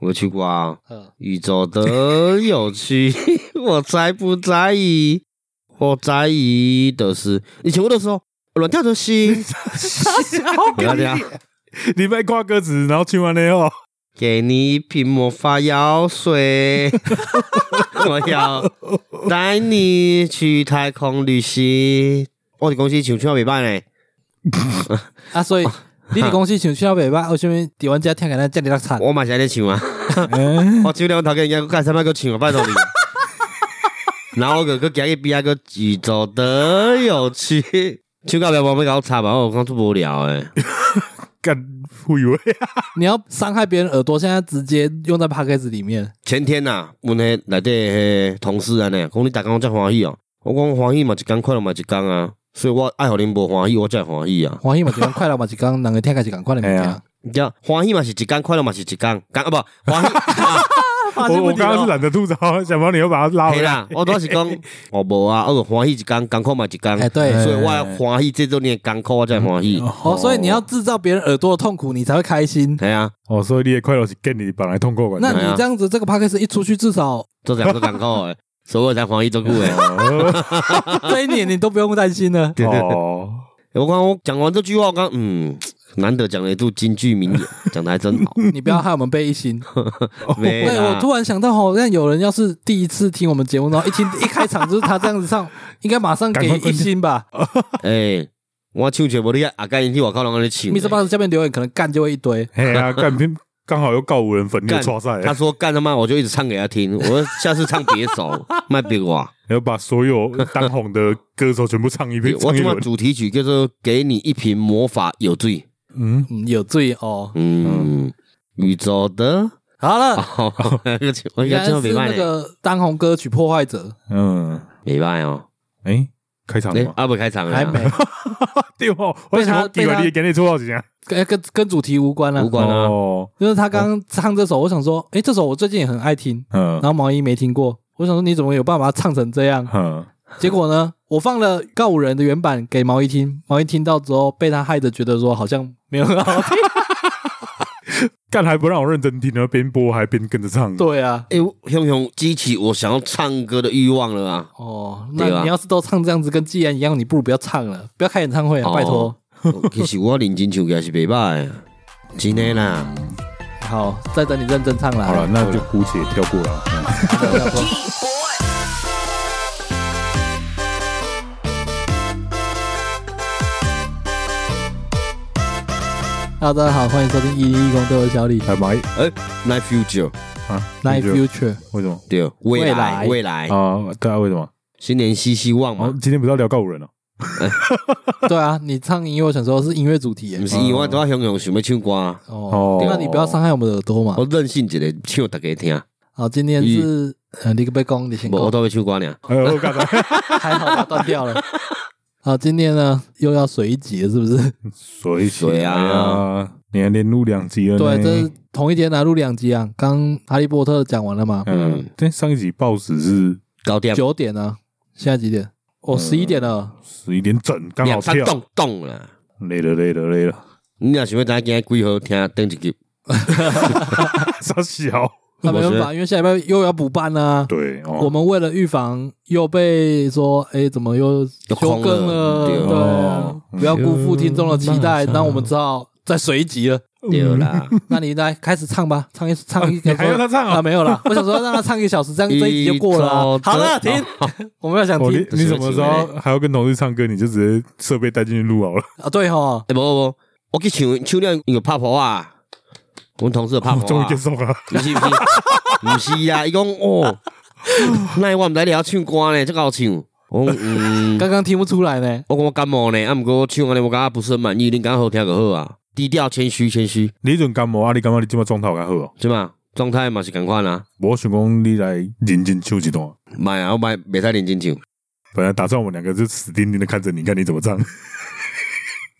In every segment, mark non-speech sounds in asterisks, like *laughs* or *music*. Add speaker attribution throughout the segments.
Speaker 1: 我去过啊，
Speaker 2: 嗯，
Speaker 1: 宇宙的有趣， *laughs* 我才不在意，我在意的是你全部都说乱跳的心，不要这样，
Speaker 3: 你被挂鸽子，然后去完了后，
Speaker 1: 给你一瓶魔法药水， *laughs* 我要带你去太空旅行。我的公司请去到北办呢，
Speaker 2: 啊，所以你的公司想去到北吧，为什么台湾家听起来这么
Speaker 1: *laughs*
Speaker 2: 落惨？
Speaker 1: 我嘛是安尼唱啊，
Speaker 3: 嗯
Speaker 1: 我手了头家人家干啥物个唱啊，拜托你。然后我个个行去边啊个宇宙的有趣，唱到了我要搞插吧，我讲出无聊诶。
Speaker 3: 干忽悠，
Speaker 2: 你要伤害别人耳朵，现在直接用在 p a c k a g e 里面，
Speaker 1: 前天呐、啊，阮迄内底迄同事安尼讲你逐工遮欢喜哦，我讲欢喜嘛一工，快乐嘛一工啊，所以我爱互恁无欢喜，我才会欢喜啊。
Speaker 2: 欢喜嘛就讲快乐嘛就讲，两个听开始赶快的物啊
Speaker 3: 哎
Speaker 2: 件
Speaker 3: 呀。
Speaker 1: 叫欢喜嘛是一工，快乐嘛是一工，工啊不欢喜。啊
Speaker 3: 我我刚刚是懒得吐槽， *laughs* 想帮你又把它拉
Speaker 1: 嘿
Speaker 3: 回来。
Speaker 1: 哦啦，我都是讲，我无啊，我就欢喜一工，艰苦嘛一工。
Speaker 2: 哎对
Speaker 1: 所以我要欢喜这种的艰苦，我才欢喜。
Speaker 2: 哦，所以你要制造别人耳朵的痛苦，你才会开心。
Speaker 1: 系啊，
Speaker 3: 哦，所以你的快乐是跟你本来通过管
Speaker 2: 那
Speaker 3: 的。
Speaker 2: 你这样子，这个 p a c k a g e 一出去，至少
Speaker 1: 做这样都艰苦诶，所以我才欢喜做久诶。
Speaker 3: 哦
Speaker 2: 这一年你都不用担心了。
Speaker 1: *laughs* 对对对 *laughs*
Speaker 3: 哦，
Speaker 1: 我刚我讲完这句话，我刚嗯，难得讲了一句金句名言，讲的还真
Speaker 2: *laughs*
Speaker 1: 好。
Speaker 2: 你不要害我们被一心。
Speaker 1: 没
Speaker 2: 对，
Speaker 1: 啦
Speaker 2: 我突然想到，好像有人要是第一次听我们节目，然后一听一开场就是他这样子唱，应该马上给一星吧。
Speaker 1: 诶、哎我唱起无你啊，甲因去外口人安尼唱
Speaker 2: m r。Box 下面留言可能干就会一堆。
Speaker 3: 嘿啊，干偏刚好又告五人粉，又
Speaker 1: 干
Speaker 3: 抓赛，
Speaker 1: 他说干他妈，我就一直唱给他听。我说下次唱别首，卖别
Speaker 2: *laughs*
Speaker 1: 我。
Speaker 3: 然后把所有当红的歌手全部唱一遍，
Speaker 1: *laughs* 我
Speaker 3: 唱一
Speaker 1: 今晚
Speaker 3: 轮。
Speaker 1: 主题曲叫做《给你一瓶魔法有罪》。
Speaker 3: 嗯，
Speaker 2: 嗯，有罪哦。
Speaker 1: 嗯，宇宙
Speaker 2: *laughs*
Speaker 1: 的， *laughs*
Speaker 2: 好了，
Speaker 1: 哦，我应
Speaker 2: 原
Speaker 1: 该
Speaker 2: 来是
Speaker 1: 唱没
Speaker 2: 那
Speaker 1: 卖呢，
Speaker 2: 个当红歌曲《破坏者
Speaker 3: 嗯，
Speaker 1: 没卖哦。
Speaker 3: 哎，开场了
Speaker 1: 哎
Speaker 3: 吗，？
Speaker 1: 阿伯开场了啊，啊
Speaker 2: 还没，
Speaker 3: 对哦，我想我以为你也给你出到几样，
Speaker 2: 跟跟跟主题无关了
Speaker 1: 无。关啊。
Speaker 3: 啊哦，
Speaker 2: 就是他刚刚唱这首，我想说，诶，这首我最近也很爱听，
Speaker 3: 嗯
Speaker 2: 然后毛衣没听过，我想说你怎么有办法唱成这样？
Speaker 3: 嗯，
Speaker 2: 结果呢，我放了告五人的原版给毛衣听，毛衣听到之后被他害的觉得说好像没有 *laughs* 啊很好听。
Speaker 3: 干还不让我认真听，然后边播还边跟着唱。
Speaker 2: 对啊，
Speaker 1: 哎，熊熊激起我想要唱歌的欲望了啊！
Speaker 2: 哦，
Speaker 1: 对啊
Speaker 2: 那你要是都唱这样子跟既然一样，你不如不要唱了，不要开演唱会啊，
Speaker 1: 哦
Speaker 2: 拜托。
Speaker 3: *laughs*
Speaker 1: 其实我认真唱歌是袂歹的，啊真的啦。
Speaker 2: 好，再等你认真唱啦。
Speaker 3: 好了，那就姑且跳过了。嗯
Speaker 2: 好， *laughs* 大家好，欢迎收听一零一公对我是小李
Speaker 3: 来吧，
Speaker 1: 哎，Night Future，
Speaker 3: 啊
Speaker 2: Night
Speaker 3: 你觉得
Speaker 2: Future。
Speaker 3: 为什么？
Speaker 1: 对，未来，
Speaker 2: 未
Speaker 1: 未来，
Speaker 3: 啊，对啊，为什么？
Speaker 1: 新年新希望嘛
Speaker 3: 哦，。今天不是要聊告五人哦，
Speaker 2: 对啊，你唱音乐，我想说是音乐主题耶
Speaker 1: 不。是因为我都要想用想要唱歌，啊
Speaker 2: 哦
Speaker 3: 哦，
Speaker 2: 那你不要伤害我们的耳朵嘛
Speaker 1: 我。任性一个唱大家听，
Speaker 2: 好，今天是呃，你个被攻，你先
Speaker 1: 无我
Speaker 2: 攻，
Speaker 1: 都会唱歌
Speaker 3: *laughs*
Speaker 1: 呢。
Speaker 3: 哎呦，我干啥？
Speaker 2: 还好它断掉了。好，今天呢又要水一集了，是不是？
Speaker 3: 水
Speaker 1: 水啊！
Speaker 3: 你还连录两集了呢。
Speaker 2: 对，这是同一天来录两集啊。刚哈利波特讲完了嘛？
Speaker 3: 嗯，但上一集报纸是
Speaker 1: 高点
Speaker 2: 九点啊，现在几点？哦，
Speaker 3: 嗯
Speaker 2: 十一点了。
Speaker 3: 十一点整，刚好
Speaker 1: 两三
Speaker 2: 哦
Speaker 3: 跳，
Speaker 1: 动动啦。
Speaker 3: 累了累了累了， *laughs*
Speaker 1: 你若想要知影几号听顶一集，
Speaker 3: 傻小。
Speaker 2: 那没
Speaker 1: 我
Speaker 2: 办
Speaker 1: 觉
Speaker 2: 法，因为下礼拜又要补办啦。
Speaker 3: 对哦，
Speaker 2: 我们为了预防又被说，哎，怎么又
Speaker 1: 又
Speaker 2: 休
Speaker 1: 空
Speaker 2: 更了？
Speaker 1: 了对
Speaker 2: 对啊
Speaker 3: 哦，
Speaker 2: 不要辜负听众的期待，那我们只好再水一集了。
Speaker 1: 对啦，
Speaker 2: *laughs*
Speaker 3: 嗯
Speaker 2: 那你来开始唱吧，唱一唱一，
Speaker 3: 你 *laughs* 还要他唱
Speaker 2: 啊？
Speaker 3: 啊？
Speaker 2: 没有啦，我想说让他唱一个小时，这样这一集就过了啊
Speaker 1: 宇。宙
Speaker 2: 好
Speaker 1: 的
Speaker 2: 了，停， *laughs* 我们要想
Speaker 3: 哦，你
Speaker 2: 听
Speaker 3: 你什么时候还要跟同事唱歌？你就直接设备带进去录好了。
Speaker 2: 啊。对哈，
Speaker 1: *laughs* 哎无无，我去唱唱了有拍婆啊，阮同事有拍婆
Speaker 3: *laughs* 我终于
Speaker 1: 啊
Speaker 3: 结，束了，
Speaker 1: 不是不是 *laughs* 不是啊，伊讲哦，那我毋知你晓唱歌呢，这够唱。我讲嗯， *laughs*
Speaker 2: 刚刚听不出来呢。
Speaker 1: 我讲我感冒呢，啊毋过我唱安尼我感觉不是很满意，恁感觉好听就好啊，低调谦虚谦虚，
Speaker 3: 你迄阵感冒啊？你感觉你今麦状态较好哦？
Speaker 1: 是嘛？状态嘛是共款啊。
Speaker 3: 我想讲你来认真唱一段。
Speaker 1: 买啊，我买袂使认真唱，
Speaker 3: 本来打算我们两个就死盯盯的看着你，看你怎么唱。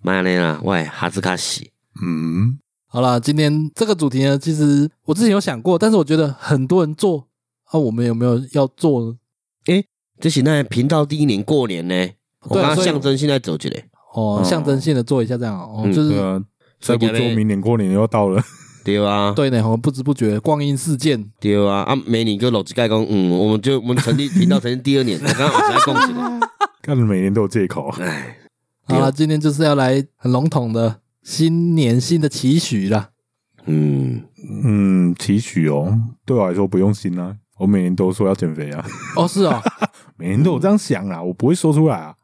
Speaker 1: 买安尼啦，我哈子卡死。
Speaker 3: *laughs* 嗯，
Speaker 2: 好啦，今天这个主题呢，其实我之前有想过，但是我觉得很多人做啊，我们有没有要做呢？
Speaker 1: 这是那频道第一年过年呢，我
Speaker 2: 对啊
Speaker 1: 刚刚
Speaker 2: 所以
Speaker 1: 象征性在走一个，
Speaker 2: 哦，
Speaker 3: 嗯
Speaker 2: 象征性的做一下这样哦，
Speaker 1: 嗯
Speaker 2: 就是
Speaker 3: 对啊，再不做，明年过年又要到了。 *laughs*
Speaker 1: 对啊，
Speaker 2: 对呢，我不知不觉光阴似箭，
Speaker 1: 对啊，啊，美女跟老子盖讲，嗯，我们就我们成立频道成立第二年，我刚刚我才讲起来，
Speaker 3: 干每年都有借口。啊
Speaker 1: 哎，
Speaker 2: 好了，今天就是要来很笼统的新年新的期许啦。
Speaker 1: 嗯，
Speaker 3: 嗯，提取哦，对我来说不用心啊，我每年都说要减肥啊， *laughs*
Speaker 2: 哦，是 *laughs* 哦，
Speaker 3: 每年都有这样想啦，我不会说出来啊。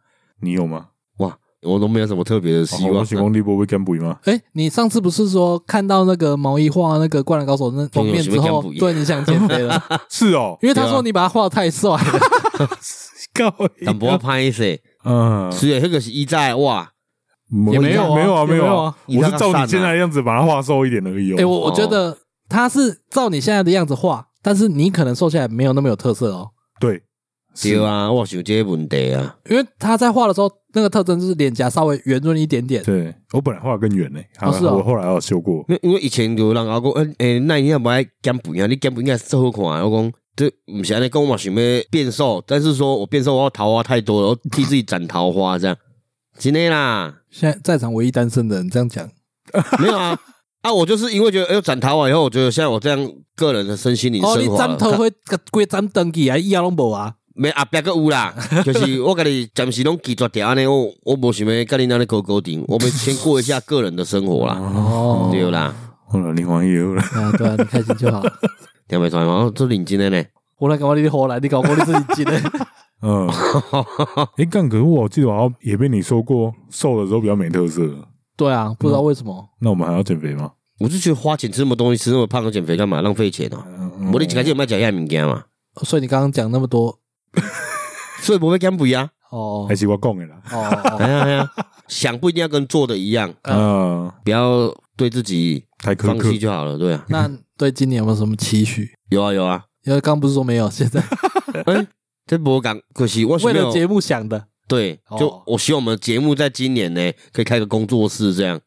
Speaker 3: 你有吗？
Speaker 1: 哇，我都没有什么特别的
Speaker 2: 啊
Speaker 1: 希
Speaker 3: 哦
Speaker 1: 望
Speaker 3: 我，喜欢立波会干补吗？
Speaker 2: 哎，你上次不是说看到那个毛衣画那个《灌篮高手》那封面之
Speaker 1: 我喜欢
Speaker 2: 后
Speaker 1: 不一，样
Speaker 2: 对你想减肥了？
Speaker 1: *laughs*
Speaker 3: 是哦，
Speaker 2: 因为他
Speaker 1: 对
Speaker 2: 说
Speaker 1: 啊
Speaker 2: 你把他画的
Speaker 1: *laughs*
Speaker 2: 太帅了，
Speaker 3: 告
Speaker 1: 但不要拍谁，
Speaker 3: 嗯，
Speaker 1: 虽然那个是一在哇，
Speaker 2: 也没有啊
Speaker 3: 没有啊，
Speaker 2: 也没
Speaker 3: 没
Speaker 2: 有啊
Speaker 3: 有啊，
Speaker 1: 你
Speaker 3: 我
Speaker 1: 让
Speaker 3: 是
Speaker 1: 他
Speaker 3: 照
Speaker 1: 散
Speaker 3: 你
Speaker 1: 啊
Speaker 3: 现在的样子把它画瘦一点而已哦。
Speaker 2: 哎，我我
Speaker 1: 哦
Speaker 2: 觉得他是照你现在的样子画，但是你可能瘦下来没有那么有特色哦，
Speaker 3: 对，是
Speaker 1: 对啊，我想这个问题啊，
Speaker 2: 因为他在画的时候那个特征就是脸颊稍微圆润一点点，
Speaker 3: 对我本来画得更圆呢，还
Speaker 2: 哦是哦
Speaker 3: 我后来还有修过。
Speaker 1: 因为因为以前有人跟我讲，诶、诶，那你也不爱减肥啊，你减肥应该是好看的。我讲，这不是安尼讲我嘛，想要变瘦，但是说我变瘦，我要桃花太多了，我替自己斩桃花这样， *laughs* 真的啦，
Speaker 2: 现在在场唯一单身的人这样讲，
Speaker 1: 没有啊。啊，我就是因为觉得，哎、呦，斩桃花以后，我觉得像我这样个人的身心灵啊
Speaker 2: 哦，你
Speaker 1: 升华了，
Speaker 2: 斩头会个规斩登记啊，一样拢无啊，
Speaker 1: 没阿伯个有啦，就是我跟你暂时拢拒绝掉安尼，我我无想要跟你那里勾勾顶，我们先过一下个人的生活
Speaker 3: *laughs*
Speaker 1: 啦，
Speaker 2: 哦
Speaker 1: 对啦，
Speaker 3: 后来林黄也有了，
Speaker 2: 啊，对啊，你开心就好。
Speaker 1: 听没错吗？哦这认真的呢，
Speaker 2: *laughs* 我来搞你火来，你搞过你自己进的。
Speaker 3: 嗯，哎干，可是我记得我好像也被你说过，瘦的时候比较没特色。
Speaker 2: *laughs* 对啊，不知道为什么。
Speaker 3: 那我们还要减肥吗？
Speaker 1: 我就觉得花钱吃那么东西，吃那么胖，减肥干嘛？浪费钱哦、
Speaker 3: 嗯
Speaker 1: 无你一开始有卖食遐物件嘛，
Speaker 2: 所以你刚刚讲那么多，
Speaker 1: 所以无要减肥啊。
Speaker 2: 哦
Speaker 3: 还是我讲的啦。
Speaker 2: 哦哦
Speaker 1: 哎呀哎呀，想不一定要跟做的一样，
Speaker 3: 嗯，
Speaker 1: 不要对自己
Speaker 3: 太苛
Speaker 1: 放
Speaker 3: 刻
Speaker 1: 弃。就好了。对啊，
Speaker 2: 那对今年有没有什么期许？
Speaker 1: 有啊有啊。哎
Speaker 2: 因为刚不是说没有，现在
Speaker 1: 这无讲，可惜我想
Speaker 2: 为
Speaker 1: 要
Speaker 2: 了节目想的。
Speaker 1: 对，
Speaker 2: 哦
Speaker 1: 就我希望我们的节目在今年呢，可以开个工作室，这样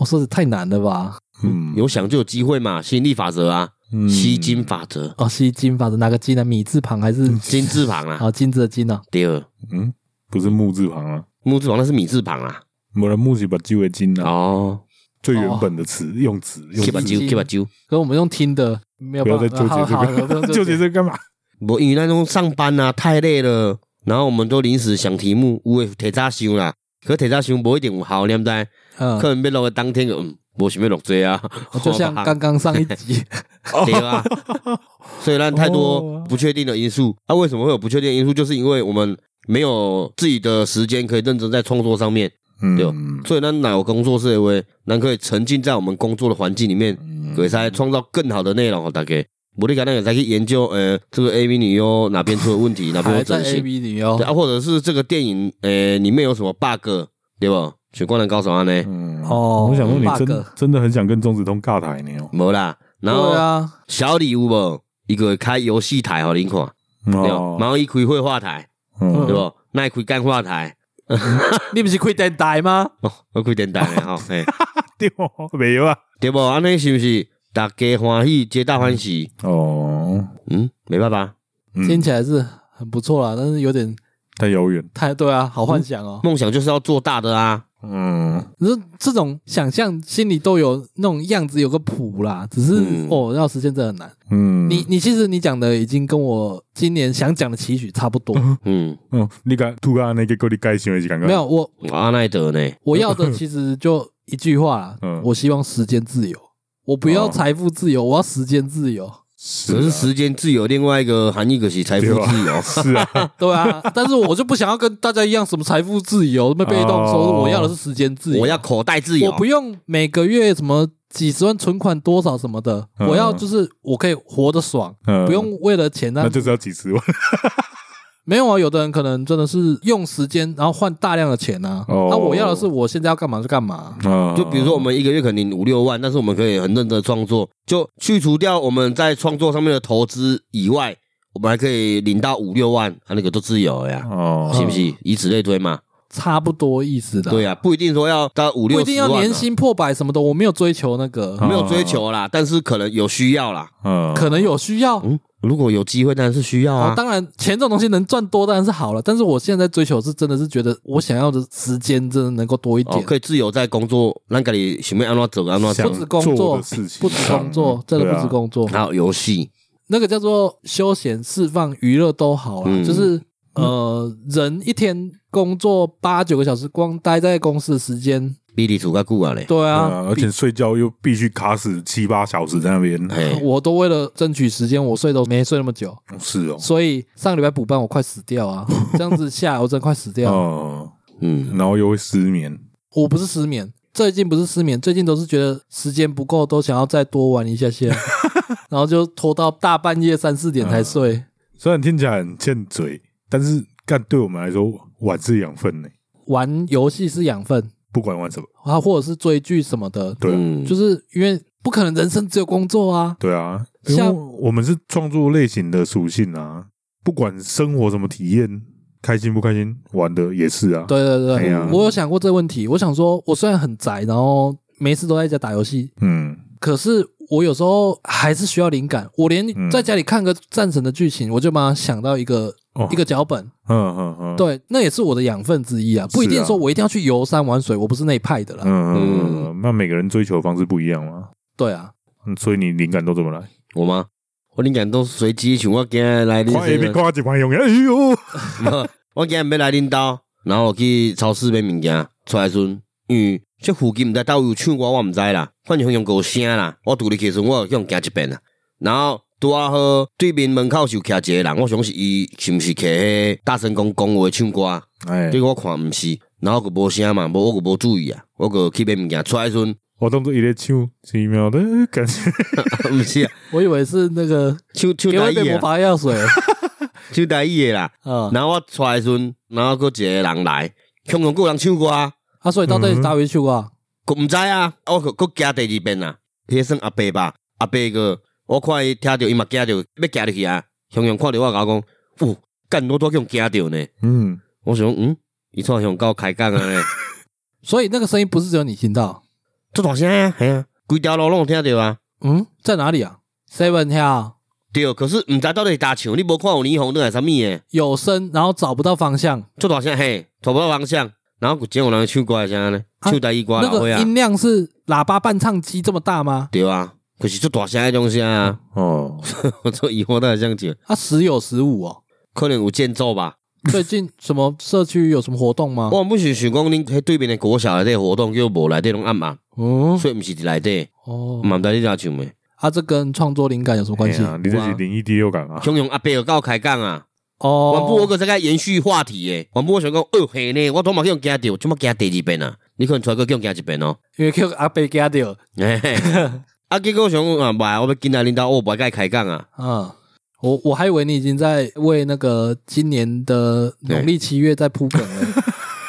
Speaker 2: 我说的太难了吧？
Speaker 3: 嗯，
Speaker 1: 有想就有机会嘛。吸引力法则啊，
Speaker 3: 嗯
Speaker 1: 吸金法则，
Speaker 2: 哦，吸金法则哪个金呢？啊米字旁还是
Speaker 1: 金字旁啊，
Speaker 2: 啊金子的金呢？
Speaker 1: 第二
Speaker 3: 嗯，不是木字旁啊，
Speaker 1: 木字旁那是米字旁啊。
Speaker 3: 我的木是把鸡为
Speaker 2: 嗯
Speaker 3: 金啊，
Speaker 1: 哦
Speaker 3: 最原本的词用词用
Speaker 1: ，keep 把
Speaker 3: 字，
Speaker 1: 揪，keep 把揪。
Speaker 2: 可是我们用听的，没有
Speaker 3: 不要
Speaker 2: 办
Speaker 3: 再
Speaker 2: 法。
Speaker 3: 纠结
Speaker 2: 好好好
Speaker 3: 这
Speaker 2: 不用
Speaker 3: 个，纠结
Speaker 2: 结。
Speaker 3: 这个干嘛？
Speaker 1: 无因为那种上班啊太累了，然后我们都临时想题目，有诶提早想啦，可提早想无一定有效，你知毋知？
Speaker 2: 嗯，哦
Speaker 1: 可能要录诶当天就嗯，无想要录这啊，
Speaker 2: 就像刚刚上一
Speaker 3: *laughs*
Speaker 2: 集，
Speaker 1: 对
Speaker 2: *laughs*
Speaker 1: 啊，所以咱太多
Speaker 3: 哦
Speaker 1: 不确定的因素。那、为什么会有不确定的因素？就是因为我们没有自己的时间可以认真在创作上面，对哦
Speaker 3: 嗯，
Speaker 1: 所以咱哪有工作室的话，咱可以沉浸在我们工作的环境里面，
Speaker 2: 嗯
Speaker 1: 可以才创造更好的内容给哦大家。无你讲那个再去研究，呃，这个 AV 女优哪边出了问
Speaker 2: *laughs*
Speaker 1: 题，哪边
Speaker 2: 还
Speaker 1: 有
Speaker 2: 在
Speaker 1: 整
Speaker 2: A
Speaker 1: 形。
Speaker 2: B 里哦
Speaker 1: 对。啊，或者是这个电影诶、里面有什么 bug 对吧？选《灌篮高手》啊呢，
Speaker 3: 嗯
Speaker 2: 哦
Speaker 3: 我想说你真
Speaker 2: bug
Speaker 3: 真的很想跟钟子通尬台呢哦
Speaker 1: 没啦。然后、
Speaker 2: 对啊，
Speaker 1: 小礼物无，一个开游戏台互恁看，对吧？
Speaker 3: 哦，
Speaker 1: 毛衣开绘画台，
Speaker 3: 嗯
Speaker 1: 对不？那开干画台，
Speaker 2: 你不是开电台吗？
Speaker 1: 哦，我开电台的吼，嘿，
Speaker 3: 对哦，没有啊，
Speaker 1: 对不？安尼是不是大家欢喜，皆大欢喜？
Speaker 3: 哦，
Speaker 1: 嗯，没办法，
Speaker 3: 嗯
Speaker 2: 听起来是很不错啦，但是有点
Speaker 3: 太遥远，
Speaker 2: 太对啊，好幻想哦。
Speaker 1: 梦想就是要做大的啊。
Speaker 3: 嗯，
Speaker 2: 你说这种想象心里都有那种样子，有个谱啦。只是、
Speaker 1: 嗯
Speaker 2: 哦，要实现真的很难。
Speaker 3: 嗯，
Speaker 2: 你你其实你讲的已经跟我今年想讲的期许差不多。
Speaker 1: 嗯，
Speaker 3: 嗯，你敢突然那个够你该想的是刚刚
Speaker 2: 没有我
Speaker 1: 阿奈德呢？
Speaker 2: 我要的其实就一句话啦，
Speaker 3: 嗯
Speaker 2: 我希望时间自由，我不要
Speaker 3: 哦
Speaker 2: 财富自由，我要时间自由。
Speaker 1: 可是时间自由，另外一个含义可是财富自由。
Speaker 3: 是啊，
Speaker 2: 对啊，但是我就不想要跟大家一样什么财富自由、什么被动收入，
Speaker 3: 哦
Speaker 2: 我要的是时间自由。
Speaker 1: 我要口袋自由，
Speaker 2: 我不用每个月什么几十万存款多少什么的，
Speaker 3: 嗯
Speaker 2: 我要就是我可以活得爽，
Speaker 3: 嗯
Speaker 2: 不，用为了钱
Speaker 3: 那
Speaker 2: 那
Speaker 3: 就是要几十万
Speaker 2: 没有啊，有的人可能真的是用时间然后换大量的钱啊。那、
Speaker 3: 哦
Speaker 2: 我要的是我现在要干嘛就干嘛。
Speaker 3: 啊
Speaker 1: 就比如说我们一个月可能五六万，但是我们可以很认真地创作，就去除掉我们在创作上面的投资以外，我们还可以领到五六万，啊，那个都自由了呀，
Speaker 3: 哦，
Speaker 1: 是不是？以此类推嘛。
Speaker 2: 差不多意思的，
Speaker 1: 对呀、不一定说要到五
Speaker 2: 啊不
Speaker 1: 六
Speaker 2: 一
Speaker 1: 十
Speaker 2: 定
Speaker 1: 万啊、
Speaker 2: 要年薪哦破百什么的，我没有追求那个，
Speaker 3: 啊
Speaker 1: 没有追求啦，但是可能有需要啦。
Speaker 3: 嗯，
Speaker 2: 可能有需要，
Speaker 1: 哦嗯如果有机会，当然是需要
Speaker 2: 啊，
Speaker 1: 啊。
Speaker 2: 当然钱这种东西能赚多当然是好了，但是我现在追求是真的是觉得我想要的时间真的能够多一
Speaker 1: 哦，
Speaker 2: 点，
Speaker 1: 可以自由在工作，让家里想要安怎走安怎
Speaker 3: 想
Speaker 1: 走
Speaker 2: 不，止工作
Speaker 3: 做的事情，
Speaker 2: 不止工
Speaker 1: 嗯
Speaker 2: 作，真
Speaker 1: 啊
Speaker 2: 的不止
Speaker 3: 作，
Speaker 2: 工作，
Speaker 1: 还有游戏，
Speaker 2: 那个叫做休闲、释放、娱乐都好啦，啊
Speaker 1: 嗯
Speaker 2: 就是呃，人一天工作八九个小时，光待在公司的时间，
Speaker 1: 比你主较久啊嘞。
Speaker 2: 对
Speaker 3: 对
Speaker 2: 啊，
Speaker 3: 啊，而且睡觉又必须卡死七八小时在那边，
Speaker 1: 嘿，
Speaker 2: *laughs* 我都为了争取时间，我睡都没睡那么久，
Speaker 3: 是哦，
Speaker 2: 所以上礼拜补班我快死掉啊，这样子下来我真的快死掉。
Speaker 3: 嗯，
Speaker 1: 嗯，
Speaker 3: 然后又会失眠，
Speaker 2: 我不是失眠，最近不是失眠，最近都是觉得时间不够，都想要再多玩一下
Speaker 3: *laughs*
Speaker 2: 下，然后就拖到大半夜三四点
Speaker 3: 嗯
Speaker 2: 才睡。
Speaker 3: 虽然听起来很欠嘴，但是干对我们来说碗是养分呢，
Speaker 2: 玩游戏是养分
Speaker 3: 不管玩什么，
Speaker 2: 啊，或者是追剧什么的，
Speaker 3: 对啊
Speaker 1: 嗯
Speaker 2: 就是因为不可能人生只有工作啊。
Speaker 3: 对啊，因为
Speaker 2: 像
Speaker 3: 我们是创作类型的属性啊，不管生活什么体验，开心不开心，玩的也是啊，
Speaker 2: 对对
Speaker 3: 哎
Speaker 2: 对，
Speaker 3: 呀
Speaker 2: 我有想过这个问题。我想说，我虽然很宅，然后没事都在家打游戏，
Speaker 3: 嗯，
Speaker 2: 可是我有时候还是需要灵感。我连
Speaker 3: 嗯
Speaker 2: 在家里看个战神的剧情，我就马上想到一个
Speaker 3: 哦
Speaker 2: 一个脚本，
Speaker 3: 嗯嗯嗯，，
Speaker 2: 对，那也是我的养分之一啊。不一定说我一定要去游山玩水，我不是那一派的啦。
Speaker 3: 嗯嗯嗯，那每个人追求的方式不一样嘛，
Speaker 2: 对啊，
Speaker 3: 嗯所以你灵感都怎么来？
Speaker 1: 我吗？我灵感都随机，像我今日来恁
Speaker 3: 快一边
Speaker 1: 家
Speaker 3: 夸一旁用，哎呦，
Speaker 1: 无 *laughs* 我今日要来恁兜，然后我去超市买物件，出来的时阵，因为这附近毋知倒有唱歌，我毋知啦，反正用有声啦，我拄入去的时阵，我向行一遍啦，然后。拄啊好，对面门口是有徛一个人，我想是伊是毋是徛迄大声公讲话唱歌，啊
Speaker 3: 哎
Speaker 1: 结，果我看毋是，然后就无声嘛，无我就无注意啊，我就去买物件，出来的时阵 *laughs*
Speaker 3: 我当做一个唱奇妙的感觉，
Speaker 1: 毋是啊，
Speaker 2: 我以为是那个
Speaker 1: 唱唱
Speaker 2: 给我
Speaker 1: 台
Speaker 2: 一杯
Speaker 1: 语
Speaker 2: 魔
Speaker 1: 啊，
Speaker 2: 法药水
Speaker 1: 唱台语的啦，
Speaker 2: 啊。
Speaker 1: 然后我出来的时阵，然后佫一个人来，香港佫有人唱歌啊，
Speaker 2: 啊，所以到底是打回去啊？
Speaker 1: 佫毋知啊，啊我佫佫惊第二遍啊，迄算阿伯吧，阿伯个，我看伊听着伊嘛惊着，要行入去啊，香港看着我甲我讲，哦，干我都叫惊着呢，
Speaker 3: 嗯，
Speaker 1: 我想嗯，伊创香港开讲啊
Speaker 2: *laughs*
Speaker 1: 呢，
Speaker 2: 所以那个声音不是只有你听到，
Speaker 1: 这大声啊，系啊，规条路拢有听着啊。
Speaker 2: 嗯，在哪里啊？Seven 下
Speaker 1: 对，可是毋知到底是搭唱，你无看有霓虹灯还是啥物诶？
Speaker 2: 有声，然后找不到方向，
Speaker 1: 做大声嘿，找不到方向，然后有真有人唱歌的声呢，
Speaker 2: 啊
Speaker 1: 唱台语歌
Speaker 2: 那
Speaker 1: 老伙
Speaker 2: 个
Speaker 1: 啊，
Speaker 2: 音量是喇叭伴唱机这么大吗？
Speaker 1: 对啊，可是做大声迄种声啊，
Speaker 3: 哦，
Speaker 1: 我 *laughs* 做疑惑到底像唱，
Speaker 2: 啊，时有时无哦。
Speaker 1: 可能有间奏吧。
Speaker 2: 最近什么社区有什么活动吗？
Speaker 1: 我不是想讲恁迄对面的国小内底活动叫无内底拢暗嘛，
Speaker 2: 嗯，
Speaker 1: 所以毋是伫内底，
Speaker 2: 哦，
Speaker 1: 嘛毋知你怎唱诶。
Speaker 2: 啊，这跟创作灵感有什么关系
Speaker 3: 哎？呀你这是零一第六感啊，
Speaker 1: 雄雄阿伯有够开讲啊，原
Speaker 2: 哦
Speaker 1: 本，我个在个延续话题诶，原本我想讲，哦嘿呢，我都嘛叫人惊着，即马惊第二遍啊，你可能出来个叫人惊一遍哦。
Speaker 2: 因为 Q 阿贝加掉，
Speaker 1: 嘿嘿啊，结果我想讲啊，袂，我要今仔恁兜，我袂甲伊开讲啊。
Speaker 2: 嗯，我我还以为你已经在为那个今年的农历七月在铺梗 *laughs* 了。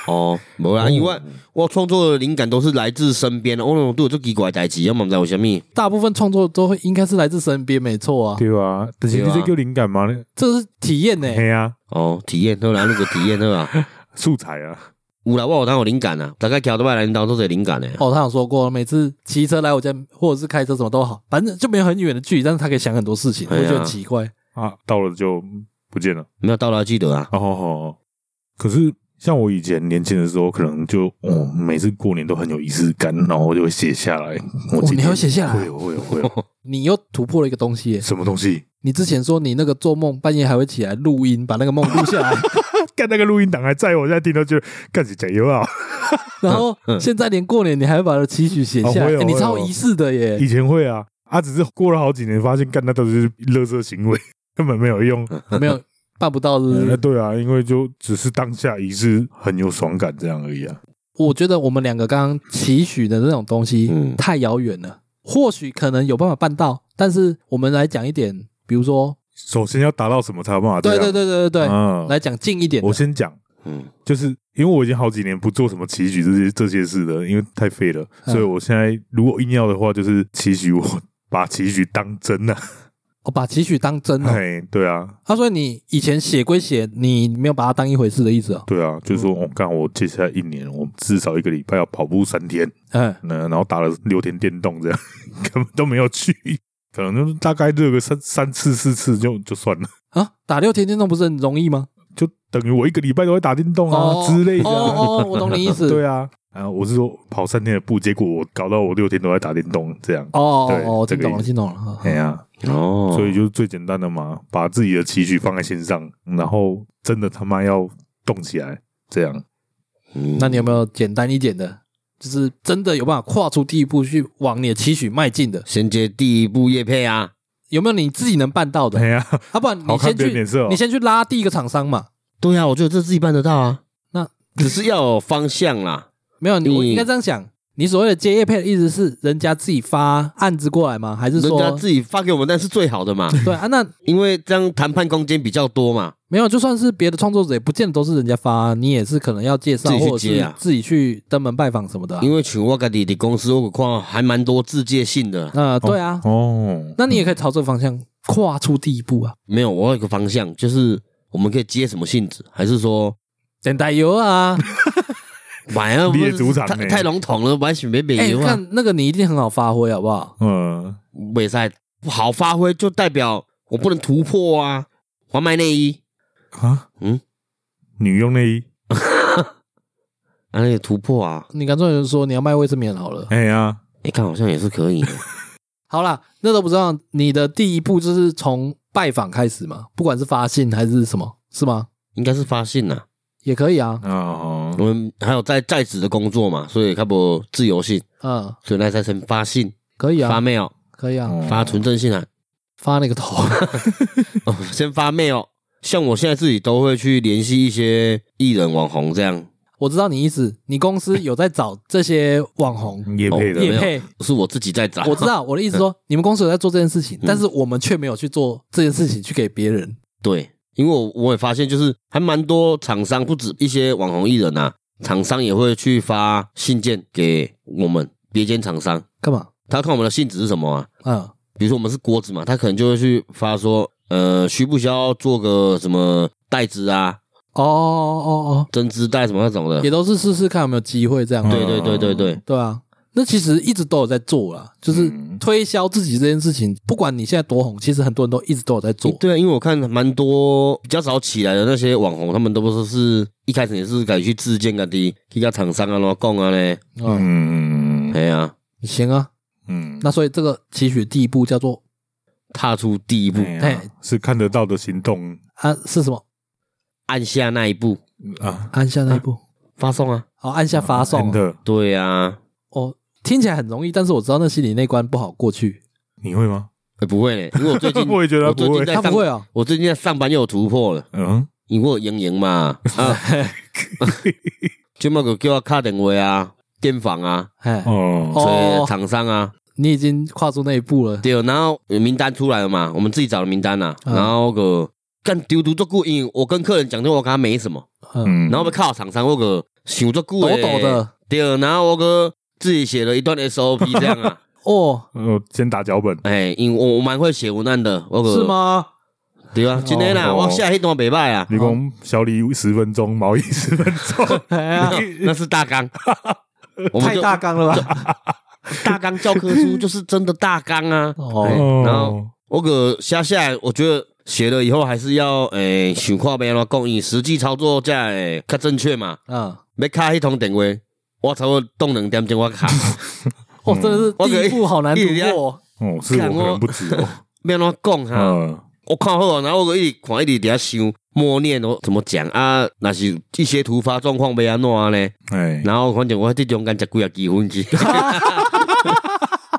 Speaker 1: 哦，无啦，因为我创作的灵感都是来自身边的，哦我拢都有做奇怪的代志，要么毋知有啥物。
Speaker 2: 大部分创作都会应该是来自身边，没错啊，
Speaker 3: 对啊，但是你这叫灵感吗？
Speaker 2: 这是体验呢、
Speaker 3: 嘿啊，
Speaker 1: 哦，体验好啦，那个体验好啦。
Speaker 3: 素材啊，
Speaker 1: 有啦，我有当有灵感啊，大概桥都来恁兜都是灵感的。
Speaker 2: 哦，他有说过，每次骑车来我家，或者是开车什么都好，反正就没有很远的距离，但是他可以想很多事情，我
Speaker 1: 哎呀
Speaker 2: 就觉得很奇怪。
Speaker 3: 啊，到了就不见了。
Speaker 1: 没有到了记得啊，
Speaker 3: 哦，好好好可是像我以前年轻的时候，可能就哦，每次过年都很有仪式感，然后我就会写下来。我
Speaker 2: 哦
Speaker 3: 今
Speaker 2: 你
Speaker 3: 天
Speaker 2: 还会写下来
Speaker 3: 会有会有会有
Speaker 2: 你又突破了一个东西耶、
Speaker 3: 什么东西？
Speaker 2: 你之前说你那个做梦半夜还会起来录音，把那个梦录下 *laughs* 来，
Speaker 3: 干那个录音档还在我现在听都觉得干是谁啊？
Speaker 2: 然后现在连过年你还会把它期许写下
Speaker 3: 哦
Speaker 2: 来，
Speaker 3: 会有
Speaker 2: 哎你超嗯
Speaker 3: 会有
Speaker 2: 有仪式的耶 *laughs*
Speaker 3: 以！前会啊，啊，只是过了好几年，发
Speaker 2: 嗯
Speaker 3: 现干那都是垃圾行为， *laughs* 根本没有用。
Speaker 2: 没有办不到是不
Speaker 3: 呃
Speaker 2: 是，
Speaker 3: 对啊，因为就只是当下仪式很有爽感这样而已啊。
Speaker 2: 我觉得我们两个刚刚期许的那种东西
Speaker 1: 嗯
Speaker 2: 太遥远了，或许可能有办法办到，但是我们来讲一点，比如说，
Speaker 3: 首先要达到什么才有办法这
Speaker 2: 对
Speaker 3: 样？
Speaker 2: 对对对对对，
Speaker 3: 嗯，
Speaker 2: 来讲近一点的
Speaker 3: 我先讲，
Speaker 1: 嗯，
Speaker 3: 就是因为我已经好几年不做什么期许这些这些事了，因为太废了，
Speaker 2: 嗯
Speaker 3: 所以我现在如果硬要的话，就是期许我把期许当真了、啊。
Speaker 2: 我哦把期许当真了。
Speaker 3: 哎，对啊，
Speaker 2: 他说：“你以前写归写，你没有把它当一回事的意思哦。
Speaker 3: 对啊，就是说，我、哦、干，我接下来一年，我至少一个礼拜要跑步三天，
Speaker 2: 嗯，
Speaker 3: *laughs* 那然后打了六天电动，这样根本都没有去可能就是大概热个三三次四次就就算了，
Speaker 2: 啊，打六天电动不是很容易吗？
Speaker 3: 就等于我一个礼拜都在打电动啊
Speaker 2: 哦
Speaker 3: 之类的
Speaker 2: 哦
Speaker 3: 啊。
Speaker 2: 哦，我懂你意思。
Speaker 3: *laughs* 对
Speaker 2: 哦
Speaker 3: 啊，啊，我是说跑三天的步，结果我搞到我六天都在打电动，这样。
Speaker 2: 哦
Speaker 3: 对
Speaker 2: 哦，
Speaker 3: 这
Speaker 2: 听
Speaker 3: 个
Speaker 2: 懂
Speaker 3: 意
Speaker 2: 了，
Speaker 3: 思
Speaker 2: 听懂了。
Speaker 3: 哎
Speaker 2: 嗯
Speaker 3: 呀，
Speaker 1: 哦，
Speaker 3: 所以就是最简单的嘛，把自己的期许放在心上，然后真的他妈要动起来，这样。
Speaker 1: 嗯
Speaker 2: 那你有没有简单一点的？就是真的有办法跨出第一步去往你的期许迈进的，
Speaker 1: 衔接第一步业配啊，
Speaker 2: 有没有你自己能办到
Speaker 3: 哎
Speaker 2: 的？
Speaker 3: 呀，
Speaker 2: 要不然
Speaker 3: 好
Speaker 2: 你
Speaker 3: 看
Speaker 2: 先
Speaker 3: 别人
Speaker 2: 去
Speaker 3: 脸，色哦
Speaker 2: 你。先去拉第一个厂商嘛。
Speaker 1: 对啊，我觉得这自己办得到啊，
Speaker 2: 那
Speaker 1: 只是要有方向啦，
Speaker 2: 没有，你我
Speaker 1: 你
Speaker 2: 应该这样想。你所谓的接业配的意思是人家自己发案子过来吗？还是
Speaker 1: 人
Speaker 2: 说
Speaker 1: 家自己发给我们，但是最好的嘛，
Speaker 2: 对啊？那
Speaker 1: 因为这样谈判空间比较多嘛。
Speaker 2: 没有，就算是别的创作者，也不见得都是人家发啊、你也是可能要介绍，
Speaker 1: 自己去
Speaker 2: 或者
Speaker 1: 接
Speaker 2: 是
Speaker 1: 啊
Speaker 2: 自己去登门拜访什么的啊、
Speaker 1: 因为像我家己的公司，我看还蛮多自介性的，
Speaker 2: 呃，对啊，
Speaker 3: 哦，
Speaker 2: 那你也可以朝这个方向跨出第一步啊。
Speaker 1: 没有，我有一个方向，就是我们可以接什么性质，还是说
Speaker 2: 等待油啊，
Speaker 1: 买啊？
Speaker 3: 你的
Speaker 1: 不是
Speaker 3: 主场
Speaker 1: 太
Speaker 3: 呢
Speaker 1: 太笼统了，买选别
Speaker 2: 哎、
Speaker 1: 别油啊，
Speaker 2: 看那个你一定很好发挥，好不好？
Speaker 3: 嗯，
Speaker 1: 未赛不好发挥，就代表我不能突破啊。我卖内衣，
Speaker 3: 啊，
Speaker 1: 嗯，
Speaker 3: 女用内衣，
Speaker 1: 啊，那个突破啊，
Speaker 2: 你干脆就说你要卖卫生棉好了。
Speaker 3: 哎呀，
Speaker 1: 哎，看好像也是可以。
Speaker 2: 好啦，那都不知道，你的第一步就是从拜访开始嘛，不管是发信还是什么，是吗？
Speaker 1: *laughs* 应该是发信呐、
Speaker 2: 也可以啊，
Speaker 3: 哦，
Speaker 1: 我们还有在在职的工作嘛，所以他不自由性，
Speaker 2: 嗯，
Speaker 1: 所以那才成发信、
Speaker 2: 可以
Speaker 1: 发嗯
Speaker 2: 啊，
Speaker 1: mail、
Speaker 2: 可以啊，
Speaker 3: 哦
Speaker 1: 发存证信函、
Speaker 2: 发那个头， *laughs*
Speaker 1: 哦， *laughs* 先发 mail。像我现在自己都会去联系一些艺人、网红这样，
Speaker 2: 我知道你意思，你公司有在找这些网红
Speaker 3: 也配
Speaker 1: 哦
Speaker 3: 的
Speaker 1: 没
Speaker 2: 也
Speaker 1: 有
Speaker 2: 配，
Speaker 1: 是我自己在找。 *laughs*
Speaker 2: 我知，道我的意思说，你们公司有在做这件事情，
Speaker 1: 嗯
Speaker 2: 但是我们却没有去做这件事情去给别人。
Speaker 1: 对，因为我我也发现，就是还蛮多厂商，不止一些网红艺人啊，厂商也会去发信件给我们别间厂商，
Speaker 2: 干嘛？
Speaker 1: 他看我们的信纸是什么啊，
Speaker 2: 嗯，
Speaker 1: 比如说我们是锅子嘛，他可能就会去发说，呃，需不需要做个什么袋子啊、
Speaker 2: 哦哦
Speaker 1: 针织袋什么那种
Speaker 2: 哦，
Speaker 1: 的
Speaker 2: 也。都是试试看有没有机会这样。
Speaker 1: 呃
Speaker 3: 嗯
Speaker 1: 对对对对对，
Speaker 2: 对啊，那其实一直都有在做啦，就是
Speaker 3: 嗯
Speaker 2: 推销自己这件事情，不管你现在多红，其实很多人都一直都有在做。
Speaker 1: 对啊，因为我看蛮多比较早起来的那些网红，他们都不是是一开始也是敢去自荐个的，去跟厂商啊、老讲啊嘞，
Speaker 2: 嗯，
Speaker 3: 嗯
Speaker 1: 哎呀，
Speaker 2: 行啊，
Speaker 3: 嗯，
Speaker 2: 那所以这个期许第一步叫做
Speaker 1: 踏出第一步，
Speaker 3: 哎呀
Speaker 2: 嘿
Speaker 3: 是看得到的行动
Speaker 2: 啊是什么？
Speaker 1: 按下那一步
Speaker 3: 啊，
Speaker 2: 按下那一步，
Speaker 1: 发送啊。
Speaker 2: 好，按下发送啊。
Speaker 3: 的，
Speaker 1: 对啊，
Speaker 2: 哦，听起来很容易，但是我知道那心里那关不好过去。
Speaker 3: 你会吗？
Speaker 1: 欸不会嘞，因为我最近
Speaker 3: *laughs* 我也觉得他
Speaker 1: 我最
Speaker 3: 不
Speaker 1: 近
Speaker 3: 会
Speaker 1: 在
Speaker 2: 他
Speaker 1: 上
Speaker 2: 不会哦，
Speaker 1: 我最近在上班又有突破了。
Speaker 3: 嗯，
Speaker 1: 因为我莹莹
Speaker 3: *laughs*
Speaker 1: 嘛，啊， *laughs* 就那个叫我卡电话啊，电访啊，
Speaker 2: 哎，
Speaker 3: 哦，
Speaker 1: 所
Speaker 2: 哦
Speaker 1: 以厂商啊，
Speaker 2: 你已经跨出那一步了。
Speaker 1: 对，然后有名单出来了嘛，我们自己找的名单啊，
Speaker 2: 嗯
Speaker 1: 然后个干丢丢做顾，因为我跟客人讲说我跟他没什么，
Speaker 2: 嗯，
Speaker 3: 嗯，
Speaker 1: 然后被靠厂商我个想做顾
Speaker 2: 抖抖，的
Speaker 1: 对，然后我个自己写了一段 SOP 这样
Speaker 2: *laughs*
Speaker 1: 啊，
Speaker 2: 哦，
Speaker 3: 呃，先打脚本，
Speaker 1: 哎，因为我我蛮会写文案的，我个
Speaker 2: 是？吗？
Speaker 1: 对啊，今天啦，
Speaker 3: 哦
Speaker 1: 我写迄段袂歹啊，
Speaker 3: 你讲小李十分钟，毛衣十分钟，
Speaker 2: 哎呀，
Speaker 1: 那是大 *laughs* 纲，我们
Speaker 2: 太
Speaker 1: 就
Speaker 2: 大纲了吧？。
Speaker 1: 大纲教科书就是真的大纲啊
Speaker 2: 哦
Speaker 1: 哎
Speaker 3: 哦
Speaker 1: 然后我个写下来，我觉得写了以后还是要诶、想看要安怎讲，伊实际操作才会较正确嘛。
Speaker 2: 嗯，
Speaker 1: 要卡迄通电话，我差不多动两点钟我 *laughs* 卡，
Speaker 2: 哦，真的是
Speaker 1: 嗯我
Speaker 2: 第一步好难突
Speaker 1: 一直在
Speaker 2: 破。
Speaker 3: 哦，是我
Speaker 1: 干
Speaker 3: 可
Speaker 1: 我
Speaker 3: 能不止哦，
Speaker 1: 要安怎讲哈、
Speaker 3: 嗯，
Speaker 1: 我看好了，然后我一直看一直伫遐想默念我怎么讲啊，若是一些突发状况要安怎呢？
Speaker 3: 哎，
Speaker 1: 然后反正我这中间食几啊几分钟， *laughs*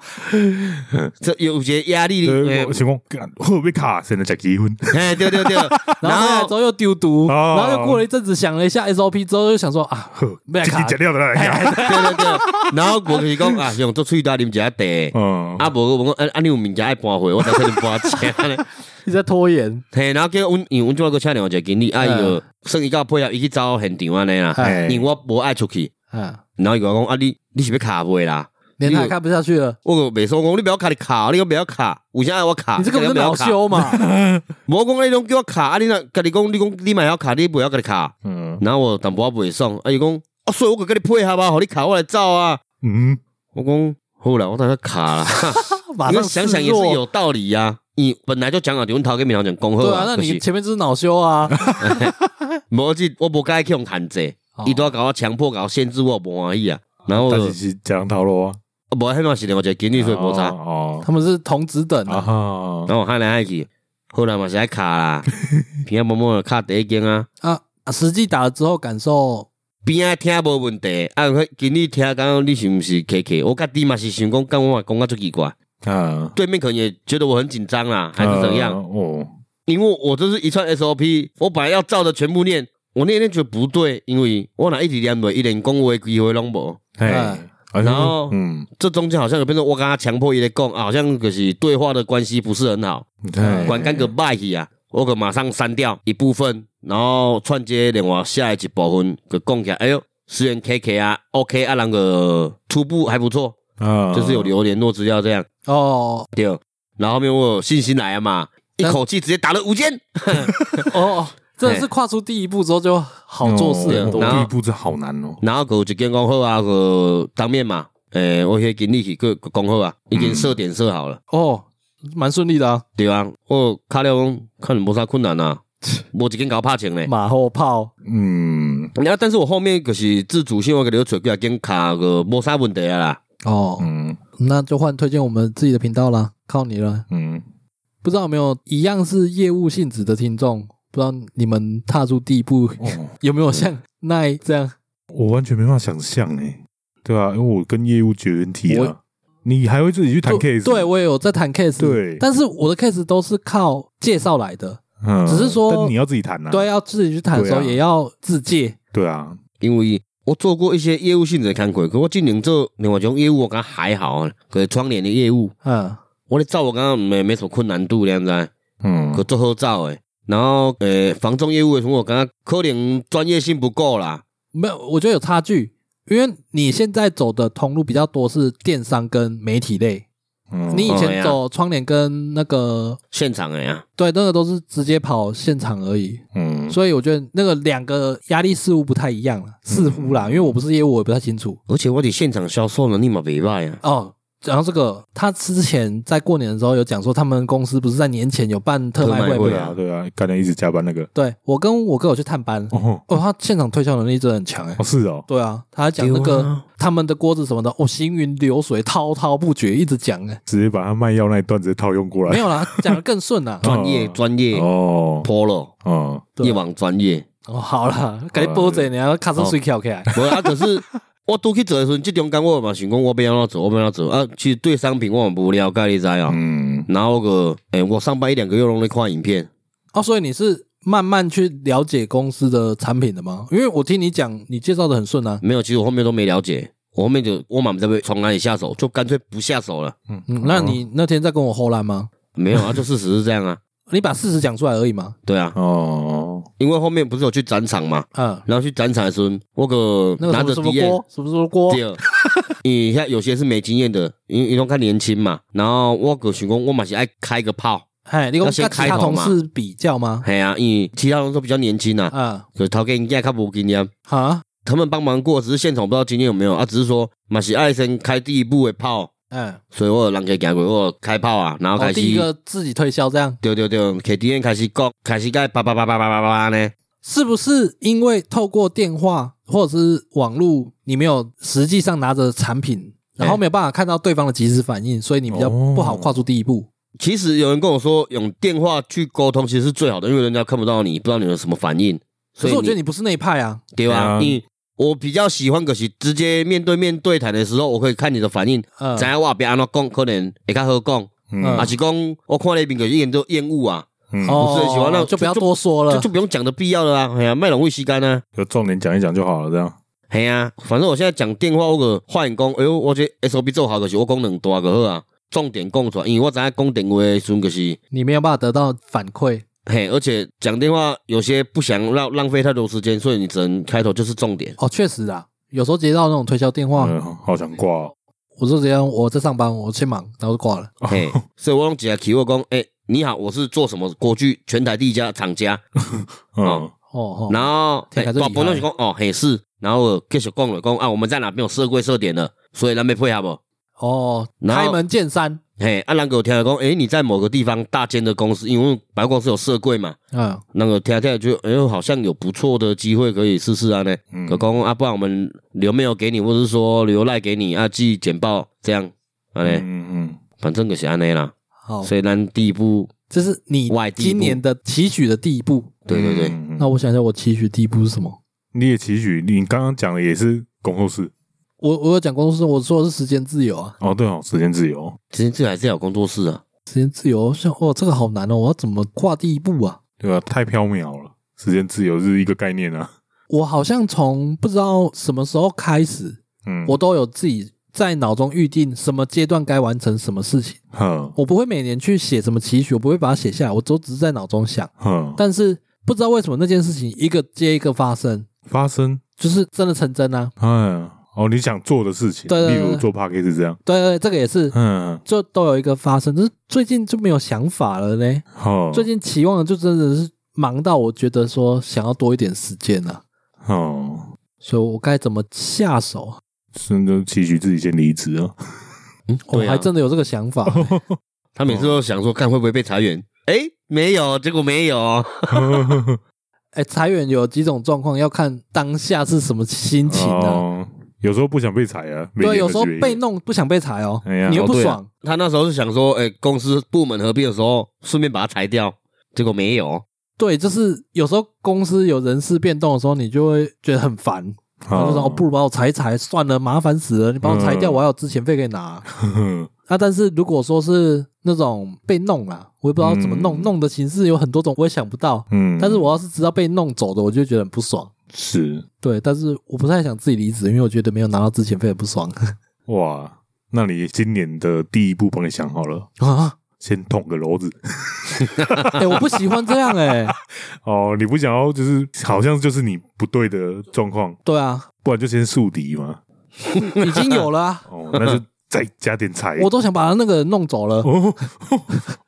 Speaker 1: 这有些压力。
Speaker 3: 呃
Speaker 1: 诶
Speaker 3: 我想讲，干会不会卡？现在才结婚，
Speaker 1: 哎，对对对，
Speaker 2: *laughs* 然后回来之后又丢毒，
Speaker 3: 哦
Speaker 2: 然后又过了一阵子想了一下 SOP 之后，又想说啊，没
Speaker 3: 自己
Speaker 2: 卡
Speaker 3: 剪掉的来呀，
Speaker 1: 对对对，然后我就是讲啊，用做喙焦啉一下
Speaker 2: *laughs*
Speaker 1: 茶，
Speaker 3: 嗯，
Speaker 1: 啊无我讲啊啊，你有物件爱搬回，我才可能搬车
Speaker 2: *laughs*
Speaker 1: 咧。
Speaker 2: 一直在拖延。
Speaker 1: 嘿，然后叫阮，因为阮即个请另外一个经理，啊伊
Speaker 2: 嗯
Speaker 1: 就算伊甲我配合，伊去走现场安尼啦，
Speaker 2: 哎，
Speaker 3: 哎
Speaker 1: 因为我无爱出去，
Speaker 2: 嗯，
Speaker 1: 然后伊甲我讲啊你你是要卡袂啦？
Speaker 2: 连他也看不下去了，
Speaker 1: 我就袂说讲你不要卡，你卡，你讲不要卡，为啥要我卡？
Speaker 2: 你这个不是
Speaker 1: 不要
Speaker 2: 恼
Speaker 1: 卡？
Speaker 2: 羞嘛？
Speaker 1: 无讲你拢叫我卡，啊你若甲你讲你讲你嘛要卡，你不要甲你卡。
Speaker 3: 嗯
Speaker 1: 然后我淡薄仔袂爽，啊伊讲啊，所以我就甲你配合啊，互你卡我来走啊。
Speaker 3: 嗯， *laughs*
Speaker 1: 我讲好啦，我等下卡啦。
Speaker 2: 马
Speaker 1: 因为
Speaker 2: 上
Speaker 1: 想想也
Speaker 2: 示
Speaker 1: 是
Speaker 2: 弱
Speaker 1: 有道理呀、你本来就讲好，阮头跟明头讲恭贺
Speaker 2: 对啊，那
Speaker 1: 可
Speaker 3: *laughs*
Speaker 2: 你
Speaker 1: 是
Speaker 2: 前面就是恼羞啊，
Speaker 1: *laughs* 无即我无该去用限制，伊都要甲我强迫甲我限制我，无欢喜啊。然后
Speaker 3: 哦
Speaker 1: 哦
Speaker 3: 但是是讲套路啊，
Speaker 1: 无迄段时间我就经历所以无差，
Speaker 3: 哦
Speaker 2: 他们是同职等
Speaker 3: 哦啊
Speaker 2: 啊，
Speaker 3: 哈，
Speaker 1: 然后我喊来喊去，后来嘛是爱卡
Speaker 3: *laughs*
Speaker 1: 啦，偏默默卡第一间啊，
Speaker 2: 啊，啊实际打了之后感受
Speaker 1: 边仔听无问题，啊，有迄经理听讲你是毋是 K K，我家己嘛是想讲，讲我嘛讲啊足奇怪，
Speaker 3: 啊，
Speaker 1: 对面可能也觉得我很紧张啦，还是怎样
Speaker 3: 啊？哦，
Speaker 1: 因为我这是一串 SOP，我本来要照着全部念，我念一念觉得不对，因为我哪一直念袂，一连讲话机会拢无。
Speaker 3: 嘿，
Speaker 2: 嗯
Speaker 3: 啊
Speaker 1: 然后
Speaker 3: 嗯，
Speaker 1: 这中间好像有变成我跟他强迫伊来讲，啊好像就是对话的关系不是很好，
Speaker 3: 嘿
Speaker 1: 管干个歹去啊，我可马上删掉一部分，然后串接另外下一部分就讲起来，哎呦，虽然 KK 啊，OK 啊，那个初步还不错，
Speaker 3: 啊，
Speaker 1: 就是有留联络资料这样，
Speaker 2: 哦
Speaker 1: 对。然后后面我有信心来啊嘛，一口气直接打了五间，
Speaker 2: 哦，真的是跨出第一步之后就好做事很多
Speaker 1: 哦。然后
Speaker 3: 第一哎步这好难哦，
Speaker 1: 然后佮有一间讲好啊，佮当面嘛，诶、我迄经理去佮佮讲好啊，已经设点设好了，
Speaker 2: 哦，蛮顺利的啊，
Speaker 1: 对啊，我卡了讲，看你无啥困难啊，无一间甲我拍穿咧。
Speaker 2: 马后炮
Speaker 3: 嗯
Speaker 1: 然后，但是我后面就是自主性，我给你找几啊间卡个无啥问题啊啦。
Speaker 2: 哦，
Speaker 3: 嗯
Speaker 2: 那就换推荐我们自己的频道啦，靠你了。
Speaker 3: 嗯，
Speaker 2: 不知道有没有一样是业务性质的听众？不知道你们踏出第一步
Speaker 3: 哦。
Speaker 2: 有没有像奈这样？
Speaker 3: 我完全没办法想象哎、对啊，因为我跟业务绝缘体啊
Speaker 2: 我，
Speaker 3: 你还会自己去谈 case？
Speaker 2: 对我也有在谈 case，
Speaker 3: 对
Speaker 2: 但是我的 case 都是靠介绍来的，
Speaker 3: 嗯
Speaker 2: 只是说
Speaker 3: 但你要自己谈啊。
Speaker 2: 对，要自己去谈的时候
Speaker 3: 对啊
Speaker 2: 也要自介，
Speaker 3: 对啊，
Speaker 1: 因为我做过一些业务性质的工课，可我今年做另外一种业务，我感觉还好啊，可是窗帘的业务，
Speaker 2: 嗯，
Speaker 1: 我咧照我感觉没没什么困难度，你知道吗？
Speaker 3: 嗯
Speaker 1: 啊可做好照诶。然后诶，房仲业务的时候，我感觉可能专业性不够啦。
Speaker 2: 没有，我觉得有差距，因为你现在走的通路比较多是电商跟媒体类，
Speaker 3: 嗯
Speaker 2: 你以
Speaker 1: 哦呀
Speaker 2: 前走窗帘跟那个。
Speaker 1: 现场诶啊，
Speaker 2: 对，那个都是直接跑现场而已，
Speaker 3: 嗯
Speaker 2: 所以我觉得那个两个压力似乎不太一样了，似乎
Speaker 1: 嗯
Speaker 2: 啦，因为我不是业务，我也不太清楚。
Speaker 1: 而且我伫现场销售能力嘛袂歹啊。
Speaker 2: 哦，讲到这个，他之前在过年的时候有讲说，他们公司不是在年前有办特卖
Speaker 1: 特卖
Speaker 2: 会
Speaker 1: 会
Speaker 2: 吗？
Speaker 3: 对啊对啊，刚才一直加班那个
Speaker 2: 对我跟我哥有去探班，哦
Speaker 3: 哦
Speaker 2: 他现场推销能力真的很强哎、
Speaker 3: 哦是哦，
Speaker 2: 对啊，他还讲那
Speaker 1: 对
Speaker 2: 个
Speaker 1: 啊
Speaker 2: 他们的锅子什么的，哦，行云流水，滔滔不绝，一直讲哎、
Speaker 3: 直接把他卖药那一段直接套用过来。。
Speaker 2: 没有啦，讲的更顺啊啦
Speaker 1: 专业
Speaker 3: 哦
Speaker 1: 专业
Speaker 3: 哦
Speaker 1: polo
Speaker 3: 哦，
Speaker 2: 对啊
Speaker 1: 夜网专业，
Speaker 2: 哦，好啦，赶紧播着，你要卡车水跳起来。
Speaker 1: 无啊，可是我拄去做的时阵，即中间我嘛想讲我要安怎做，我要安怎做啊。其实对商品我嘛无了解，你知啊。
Speaker 3: 嗯
Speaker 1: 然后个，诶、我上班一两个月拢在看影片，
Speaker 2: 哦，所以你是慢慢去了解公司的产品的吗？因为我听你讲，你介绍的很顺啊。
Speaker 1: 没有，其实我后面都没了解，我后面就我嘛不知道从哪里下手，就干脆不下手了。
Speaker 3: 嗯
Speaker 2: 嗯，
Speaker 1: 哦
Speaker 2: 那你那天在跟我后烂吗？
Speaker 1: 没有啊，就事实是这
Speaker 2: *laughs*
Speaker 1: 样啊，
Speaker 2: 你把事实讲出来而已嘛。
Speaker 1: 对啊，
Speaker 3: 哦
Speaker 1: 因为后面不是有去展场嘛，
Speaker 2: 嗯，
Speaker 1: 然后去展场的时候，我个
Speaker 2: 那个
Speaker 1: 拿
Speaker 2: 什
Speaker 1: 着
Speaker 2: 么什么
Speaker 1: D N
Speaker 2: 锅，什么什么锅 *laughs*
Speaker 1: 对，啊你看有些是没经验的，因因为看年轻嘛，然后我个想讲，我嘛是爱开个炮，
Speaker 2: 哎，你跟
Speaker 1: 要
Speaker 2: 跟
Speaker 1: 先
Speaker 2: 其
Speaker 1: 开
Speaker 2: 他
Speaker 1: 头
Speaker 2: 同
Speaker 1: 嘛
Speaker 2: 事比较吗？
Speaker 1: 嘿啊，因为其他人都比较年轻啊，
Speaker 2: 啊，
Speaker 1: 可是头家应该较无经验，
Speaker 2: 哈，
Speaker 1: 他们帮忙过，只是现场不知道经验有没有啊，只是说嘛是爱先开第一步的炮，
Speaker 2: 嗯，
Speaker 1: 所以我有人给行过，我有开炮啊，然后
Speaker 2: 哦，
Speaker 1: 开始，
Speaker 2: 第一个自己推销这样，
Speaker 1: 对对对，K D N 开始讲，开始该叭叭叭叭叭叭叭呢，
Speaker 2: 是不是因为透过电话或者是网络，你没有实际上拿着产品，然后
Speaker 1: 哎
Speaker 2: 没有办法看到对方的及时反应，所以你比较
Speaker 3: 哦
Speaker 2: 不好跨出第一步？
Speaker 1: 其实有人跟我说，用电话去沟通其实是最好的，因为人家看不到你，不知道你有什么反应，
Speaker 2: 可
Speaker 1: 所以
Speaker 2: 是我觉得你不是那一派啊，
Speaker 1: 对吧？
Speaker 3: 对啊
Speaker 1: 你我比较喜欢，可是直接面对面对谈的时候，我可以看你的反应，
Speaker 2: 嗯
Speaker 1: 知，影我别安怎讲，可能会较好讲，
Speaker 3: 嗯
Speaker 1: 还
Speaker 2: 啊
Speaker 1: 是讲我看那边就是厌都厌恶啊，
Speaker 3: 嗯
Speaker 2: 哦，
Speaker 1: 不是很喜欢那
Speaker 2: 就不要
Speaker 1: 就
Speaker 2: 多说
Speaker 1: 就
Speaker 2: 了
Speaker 1: 就。不用讲的必要了啊，哎呀，卖浪费时间啊。
Speaker 3: 就重点讲一讲就好了，这样。
Speaker 1: 系啊，反正我现在讲电话，我个发现讲，哎呦，我这 SOP 做好就是我功能大就好啊，重点讲出来，因为我知影讲电话的时阵就是，
Speaker 2: 你没有办法得到反馈，
Speaker 1: 嘿，而且讲电话有些不想浪浪费太多时间，所以你只能开头就是重点。
Speaker 2: 哦，确实啊，有时候接到那种推销电话，
Speaker 3: 嗯，好想挂哦。
Speaker 2: 我说这样，我在上班，我先忙，然后就挂了。
Speaker 1: 嘿，所以我用几个提问讲，哎，你好，我是做什么国剧全台第一家厂家，
Speaker 3: 嗯
Speaker 1: 哦
Speaker 2: 哦哦，
Speaker 1: 然后嘿
Speaker 2: 听起
Speaker 1: 大
Speaker 2: 来就厉害
Speaker 1: 部分都是讲哦，嘿是，然后我继续讲了讲啊，我们在哪边有设柜设点了，所以咱们配合不？
Speaker 2: 哦，
Speaker 1: 然后
Speaker 2: 开门见山，
Speaker 1: 嘿，啊，那个我听了讲，诶，你在某个地方大间的公司，因为百货公司有社柜嘛，
Speaker 2: 啊，
Speaker 1: 那个听听就，哎呦，好像有不错的机会可以试试啊呢。
Speaker 3: 嗯
Speaker 1: 可公啊，不然我们留没有给你，或者是说留赖给你啊，寄简报这样，啊嘞，
Speaker 3: 嗯
Speaker 1: 反正就是安内啦。
Speaker 2: 好，
Speaker 1: 所以咱第一步，
Speaker 2: 这是你
Speaker 1: 外第一步
Speaker 2: 今年的期许的第一步。
Speaker 1: 对对对，
Speaker 3: 嗯
Speaker 2: 那我想一下，我期许第一步是什么？
Speaker 3: 你也期许你刚刚讲的也是工作室
Speaker 2: 我我有讲工作室，我说的是时间自由啊，
Speaker 3: 哦，对哦，时间自由，
Speaker 1: 其实这还是要有工作室啊。
Speaker 2: 时间自由，像哇，这个好难哦，我要怎么跨第一步啊？
Speaker 3: 对吧、太缥缈了，时间自由是一个概念啊。
Speaker 2: 我好像从不知道什么时候开始，
Speaker 3: 嗯，
Speaker 2: 我都有自己在脑中预定什么阶段该完成什么事情。
Speaker 3: 哼
Speaker 2: 我不会每年去写什么期许，我不会把它写下来，我都只是在脑中想。
Speaker 3: 哼，
Speaker 2: 但是不知道为什么那件事情一个接一个发生，
Speaker 3: 发生
Speaker 2: 就是真的成真啊！
Speaker 3: 哎哦，你想做的事情，
Speaker 2: 对对
Speaker 3: 例
Speaker 2: 对
Speaker 3: 如做 p a c k a g e 这样，
Speaker 2: 对对对，这个也是，
Speaker 3: 嗯，
Speaker 2: 就都有一个发生，就是最近就没有想法了呢。
Speaker 3: 好，
Speaker 2: 最近期望的就真的是忙到我觉得说想要多一点时间啊，
Speaker 3: 哦，
Speaker 2: 所以我该怎么下手啊？
Speaker 3: 甚至期许自己先离职啊。
Speaker 1: 嗯，
Speaker 2: 我
Speaker 1: 对啊
Speaker 2: 哦还，真的有这个想法，
Speaker 1: 他每次都想说，看会不会被裁员。诶，没有，结果没有。
Speaker 2: 哎，裁员有几种状况，要看当下是什么心情啊。
Speaker 3: 哦，有时候不想被裁啊，每
Speaker 2: 对，
Speaker 3: 天
Speaker 2: 有时候
Speaker 3: 都是
Speaker 2: 被弄不想被裁哦
Speaker 3: 哎呀，
Speaker 2: 你又
Speaker 1: 哦
Speaker 2: 不
Speaker 1: 对啊
Speaker 2: 爽，
Speaker 1: 他那时候是想说，诶，公司部门合并的时候，顺便把它裁掉，结果没有。
Speaker 2: 对，就是有时候公司有人事变动的时候，你就会觉得很烦，然后就说、哦、不如把我裁一裁算了，麻烦死了，你把我裁掉，
Speaker 3: 啊嗯
Speaker 2: 我还有之前费可以
Speaker 3: *laughs*
Speaker 2: 拿。
Speaker 3: 哦
Speaker 2: 啊，但是如果说是那种被弄啦，我也不知道怎么弄，
Speaker 3: 嗯
Speaker 2: 弄的形式有很多种，我也想不到。
Speaker 3: 嗯，
Speaker 2: 但是我要是知道被弄走的，我就觉得很不爽。
Speaker 3: 是
Speaker 2: 对，但是我不太想自己离职，因为我觉得没有拿到之前费很不爽 *laughs*
Speaker 3: 哇，那你今年的第一步帮你想好了，
Speaker 2: 啊！
Speaker 3: 先捅个篓子。 *laughs*
Speaker 2: 哎、我不喜欢这样哎、
Speaker 3: 哦，你不想要就是好像就是你不对的状况，
Speaker 2: 对啊，
Speaker 3: 不然就先树敌嘛。
Speaker 2: 已经有了、
Speaker 3: *laughs*
Speaker 2: 啊， *laughs*
Speaker 3: 哦，那就再加点财。
Speaker 2: 我都想把那个弄走了。
Speaker 3: 哦，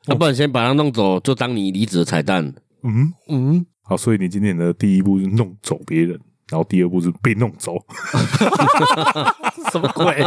Speaker 1: 要啊不然先把它弄走，就当你离职的彩蛋。
Speaker 3: 嗯，
Speaker 2: 嗯，
Speaker 3: 好，所以你今年的第一步是弄走别人，然后第二步是被弄走。
Speaker 2: 什么鬼？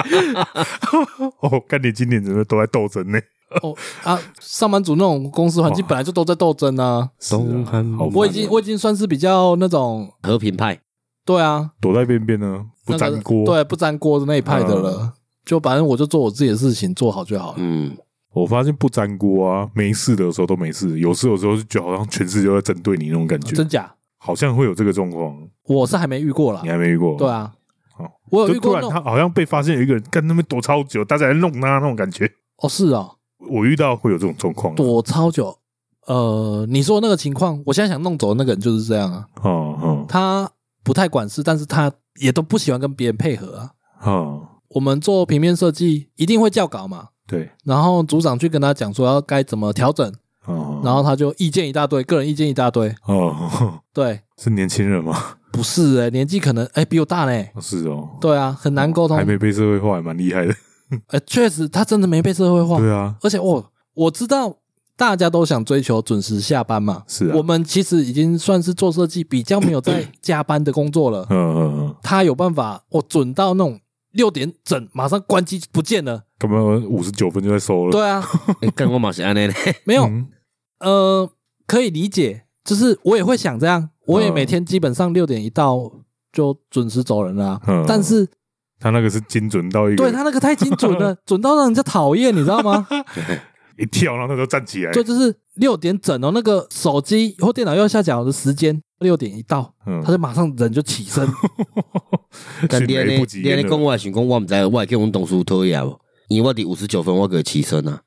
Speaker 3: *laughs* 哦，看你今年真的都在斗争呢。
Speaker 2: 哦啊，上班族那种公司环境
Speaker 3: 哇
Speaker 2: 本来就都在斗争啊。
Speaker 1: 东
Speaker 3: 是啊
Speaker 1: 汉
Speaker 3: 好烦哦
Speaker 2: 我已经我已经算是比较那种，
Speaker 1: 和平派，
Speaker 2: 对啊，
Speaker 3: 躲在边边呢，不
Speaker 2: 那
Speaker 3: 粘
Speaker 2: 个
Speaker 3: 锅。嗯
Speaker 2: 对，啊不粘锅的那一派的了。就反正我就做我自己的事情，做好就好了。
Speaker 1: *laughs* 嗯，
Speaker 3: 我发现不粘锅啊，没事的时候都没事，有事有时候就觉得好像全世界都在针对你那种感觉，
Speaker 2: 真假？
Speaker 3: 好像会有这个状况，
Speaker 2: 我是还没遇过啦
Speaker 3: 你。还没遇过？
Speaker 2: 对，啊
Speaker 3: 嗯哦，
Speaker 2: 我有遇
Speaker 3: 就突
Speaker 2: 过
Speaker 3: 然
Speaker 2: 那
Speaker 3: 他
Speaker 2: 种
Speaker 3: 好像被发现有一个人干那边躲超久，大家来弄他那种感觉， *laughs*
Speaker 2: 哦，是哦，
Speaker 3: 我遇到会有这种状况啊。
Speaker 2: 躲超久。呃，你说的那个情况，我现在想弄走的那个人就是这样啊。
Speaker 3: 哦，
Speaker 2: 他不太管事，但是他也都不喜欢跟别人配合啊。
Speaker 3: 哦哦，
Speaker 2: 我们做平面设计一定会校稿嘛，
Speaker 3: 对，
Speaker 2: 然后组长去跟他讲说要该怎么调整，
Speaker 3: 哦，
Speaker 2: 然后他就意见一大堆，个人意见一大堆。
Speaker 3: 哦，
Speaker 2: 对，
Speaker 3: 是年轻人吗？ *laughs*
Speaker 2: 不是哎、年纪可能哎、比我大嘞、
Speaker 3: 是哦，
Speaker 2: 对啊，很难沟通
Speaker 3: 还。没被社会化，还蛮厉害的。
Speaker 2: 呃，确实他真的没被社会化，
Speaker 3: 对啊，
Speaker 2: 而且我我知道大家都想追求准时下班嘛，
Speaker 3: 是啊
Speaker 2: 我们其实已经算是做设计比较没有在加班的工作了。
Speaker 3: 嗯嗯嗯，
Speaker 2: 他有办法，我准到那种六点整，马上关机不见了。
Speaker 3: 干嘛五十九分就在收了？
Speaker 2: 对啊，
Speaker 1: 诶欸干我嘛是安内嘞，
Speaker 2: 没有，
Speaker 3: 嗯，
Speaker 2: 呃，可以理解，就是我也会想这样，我也
Speaker 3: 嗯
Speaker 2: 每天基本上六点一到就准时走人了啊、
Speaker 3: 嗯
Speaker 2: 但是
Speaker 3: 他那个是精准到一个，
Speaker 2: 对他那个太精准
Speaker 1: *laughs*
Speaker 2: 了，准到让人家讨厌，你知道吗？
Speaker 1: 哎
Speaker 3: 一跳，然后他就站起来。
Speaker 2: 对，就是六点整哦，那个手机或电脑右下角的时间，六点一到，
Speaker 3: 嗯
Speaker 2: 他就马上人就起
Speaker 1: *laughs*
Speaker 2: 身。
Speaker 3: *laughs*
Speaker 1: 但
Speaker 3: 迅
Speaker 1: 你安
Speaker 3: 雷
Speaker 1: 尼
Speaker 3: 不及嗯
Speaker 1: 你安
Speaker 3: 掩
Speaker 1: 尼
Speaker 3: 耳
Speaker 1: 讲我也想讲，我唔知道我会叫阮同事讨厌无，因为我伫五十九分我给起身啊，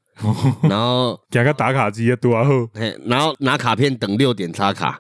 Speaker 1: 然后
Speaker 3: 加个打卡机啊，多啊好，
Speaker 1: 嘿，然后拿卡片等六点插卡，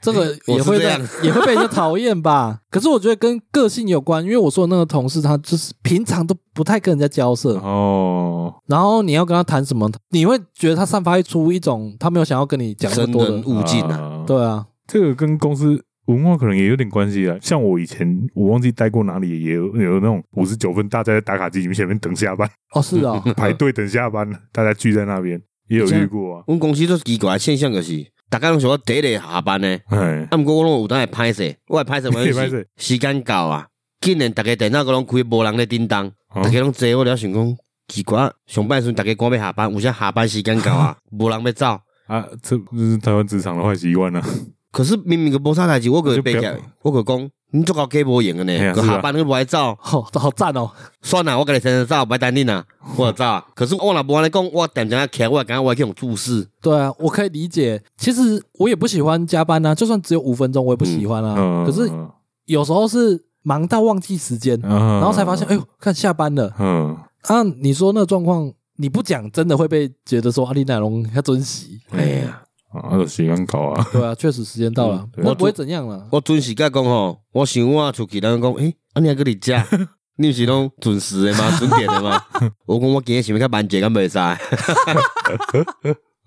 Speaker 2: 这个
Speaker 1: 我
Speaker 2: 也
Speaker 1: 是
Speaker 2: 会
Speaker 1: 这
Speaker 2: 被
Speaker 1: 样
Speaker 2: *laughs* 也会被人家讨厌吧？可是我觉得跟个性有关，因为我说的那个同事，他就是平常都不太跟人家交涉，
Speaker 3: 哦，
Speaker 2: 然后你要跟他谈什么，你会觉得他散发出一种他没有想要跟你讲那
Speaker 1: 生
Speaker 2: 么多
Speaker 1: 人
Speaker 2: 的，
Speaker 1: 勿近啊，
Speaker 3: 啊，
Speaker 2: 对啊，
Speaker 3: 这个跟公司文化可能也有点关系啊。像我以前我忘记待过哪里，也有有那种五十九分，大家在打卡机前面等下
Speaker 2: *laughs*
Speaker 3: 班，
Speaker 2: 哦是
Speaker 3: *laughs*
Speaker 2: 哦，
Speaker 3: 排队等下班，大家聚在那边也有遇过啊。
Speaker 1: 阮公司最奇怪的现象就是，大家拢想我第一个下班呢，
Speaker 3: 哎，
Speaker 1: 啊，毋过我拢有当会歹势，我会歹势
Speaker 3: 你会
Speaker 1: 完是
Speaker 3: 歹势
Speaker 1: 时间到啊，竟然逐个电脑个拢开，无人咧叮当，
Speaker 3: 哦
Speaker 1: 逐个拢坐，我了想讲，奇怪，上班的时阵大家赶要下班，有啥下班时间到
Speaker 3: *laughs*
Speaker 1: 啊，无人要走。
Speaker 3: 啊，这这是台湾职场的坏习惯啊！
Speaker 1: 可是明明个无啥代志，我个
Speaker 3: 就不
Speaker 1: 背
Speaker 3: 要
Speaker 1: 起来，我个讲，你做搞假无用的
Speaker 3: 哎
Speaker 1: 呢，
Speaker 3: 呀
Speaker 1: 个
Speaker 3: 是啊
Speaker 1: 下班你无爱走，
Speaker 2: 好好赞哦，
Speaker 1: 算啦，我跟你先生走，不爱等你
Speaker 3: *laughs*
Speaker 1: 啦，我就走啊。可是我若无安尼讲，我点点徛，我会感觉我会去用注视。
Speaker 2: 对啊，我可以理解。其实我也不喜欢加班啊，就算只有五分钟，我也不喜欢啊。
Speaker 3: 嗯，
Speaker 2: 可是
Speaker 3: 嗯
Speaker 2: 有时候是忙到忘记时间，然
Speaker 3: 啊
Speaker 2: 后才发现，哎，呦，看下班了
Speaker 3: 嗯，
Speaker 2: 啊！你说那状况，你不讲，真的会被觉得说阿丽奶龙要珍惜，
Speaker 1: 哎呀，
Speaker 3: 啊，有习惯搞啊， *laughs*
Speaker 2: 对啊，确实时间到了
Speaker 3: 嗯，对
Speaker 2: 那不会怎样了。
Speaker 1: 我准时甲讲吼，我想我出去，人讲，诶、啊你还搁伫遮？ *laughs* 你毋是拢准时的吗？准点的
Speaker 3: *laughs*
Speaker 1: 吗？我讲我今日想要较慢一点，敢袂使？ *laughs*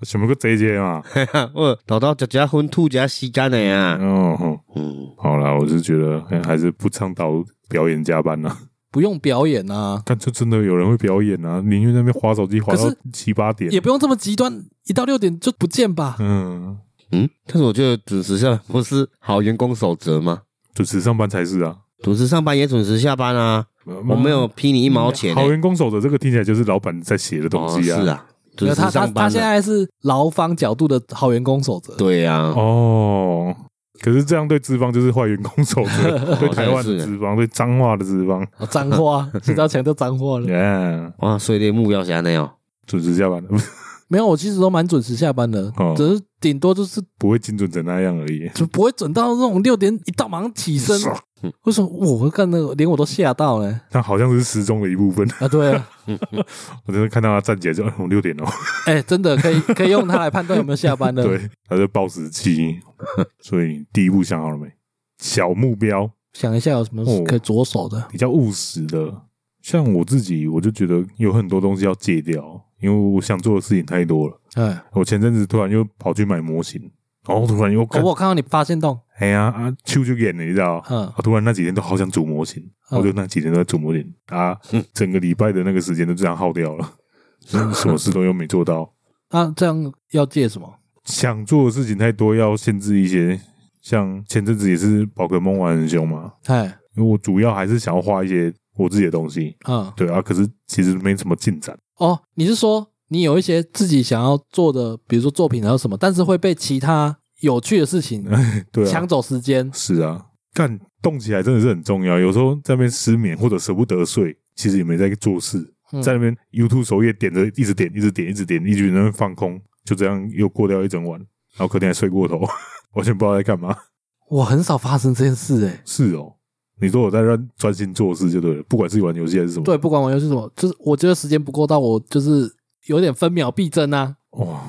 Speaker 3: 什么个这
Speaker 2: *laughs*
Speaker 3: 些嘛？
Speaker 1: 我老豆食食薰，吐食时间的啊。
Speaker 3: 哦，哼
Speaker 1: 嗯，
Speaker 3: 好啦，我是觉得哎还是不倡导表演加班呐。
Speaker 2: 不用表演啊，
Speaker 3: 但就真的有人会表演啊，宁愿在那边划手机划
Speaker 2: 可
Speaker 3: 到
Speaker 2: 是
Speaker 3: 七八点啊
Speaker 2: 也。不用这么极端，一到六点就不见吧。
Speaker 3: 嗯，
Speaker 1: 嗯，但是我觉得准时下班不是好员工守则吗？
Speaker 3: 准时上班才是啊。
Speaker 1: 准时上班也准时下班啊，我
Speaker 3: 我
Speaker 1: 没有批你一毛钱、
Speaker 3: 嗯好
Speaker 1: 欸。
Speaker 3: 员工守则这个听起来就是老板在写的东西啊。
Speaker 1: 哦是啊，
Speaker 2: 没
Speaker 1: 准
Speaker 2: 有
Speaker 1: 时
Speaker 2: 他他
Speaker 1: 上
Speaker 2: 他
Speaker 1: 班
Speaker 2: 现
Speaker 1: 啊。
Speaker 2: 在是劳方角度的好员工守则，
Speaker 1: 对啊，
Speaker 3: 哦，可是这样对资方就是坏员工守
Speaker 1: *laughs*
Speaker 3: 则，对台湾
Speaker 1: 好像
Speaker 3: 的
Speaker 1: 是
Speaker 3: 资方，对彰化的资方，
Speaker 2: 哦脏话，
Speaker 1: *laughs*
Speaker 2: 现在要强调脏话
Speaker 1: 啊
Speaker 2: 了。
Speaker 3: 耶，
Speaker 1: 哇，所以这个目标是安尼哦。
Speaker 3: 准时下班， *laughs*
Speaker 2: 没有，我其实都蛮准时下班的
Speaker 1: 嗯
Speaker 3: 哦，
Speaker 2: 只是顶多就是
Speaker 3: 不会精准成那样而已。
Speaker 2: 就不会准到那种六点一到马上起身
Speaker 3: 爽。
Speaker 2: 为什么我干那个连我都吓到呢？
Speaker 3: 那好像是时钟的一部分。 *laughs*
Speaker 2: 啊，
Speaker 1: *laughs*
Speaker 2: 对啊，
Speaker 3: 我真的看到他站起来就，我六点哦，
Speaker 2: 哎，真的可以可以用它来判断有没有
Speaker 1: *laughs*
Speaker 2: 下班的。
Speaker 3: 对，他在报时器。所以第一步想好了没？小目标，
Speaker 2: 想一下有什么
Speaker 1: 哦
Speaker 2: 可以着手的。
Speaker 3: 比较务实的。像我自己，我就觉得有很多东西要戒掉，因为我想做的事情太多了。
Speaker 2: 哎，
Speaker 3: 我前阵子突然又跑去买模型，然后突然又
Speaker 2: 哦
Speaker 3: 看
Speaker 2: 我，有看到你发现洞，
Speaker 3: 哎呀啊，秋就演了，你知道？
Speaker 2: 嗯
Speaker 3: 啊，突然那几天都好想组模型，
Speaker 2: 嗯
Speaker 3: 我就那几天都在组模型啊，整个礼拜的那个时间都这样耗掉了，什么事都又没做到。
Speaker 2: 那啊这样要借什么？
Speaker 3: 想做的事情太多，要限制一些。像前阵子也是宝可梦玩很凶嘛，
Speaker 2: 哎，
Speaker 3: 因为我主要还是想要画一些我自己的东西，
Speaker 2: 嗯，
Speaker 3: 对啊，可是其实没什么进展。
Speaker 2: 哦，你是说你有一些自己想要做的，比如说作品还有什么，但是会被其他有趣的事情
Speaker 3: *laughs* 对啊
Speaker 2: 抢，走时间？
Speaker 3: 是啊，干动起来真的是很重要。有时候在那边失眠或者舍不得睡，其实也没在做事，
Speaker 2: 嗯
Speaker 3: 在那边 YouTube 首页点着，一直点，一直点，一直点，一直在那边放空，就这样又过掉一整晚，然后隔天还睡过头， *laughs* 完全不知道在干嘛。
Speaker 2: 我很少发生这件事、欸，哎，
Speaker 3: 是哦，你说我在那专心做事就对了，不管是玩游戏还是什么。
Speaker 2: 对，不管玩游戏什么，就是我觉得时间不够到，我就是有点分秒必争啊。
Speaker 3: 哇，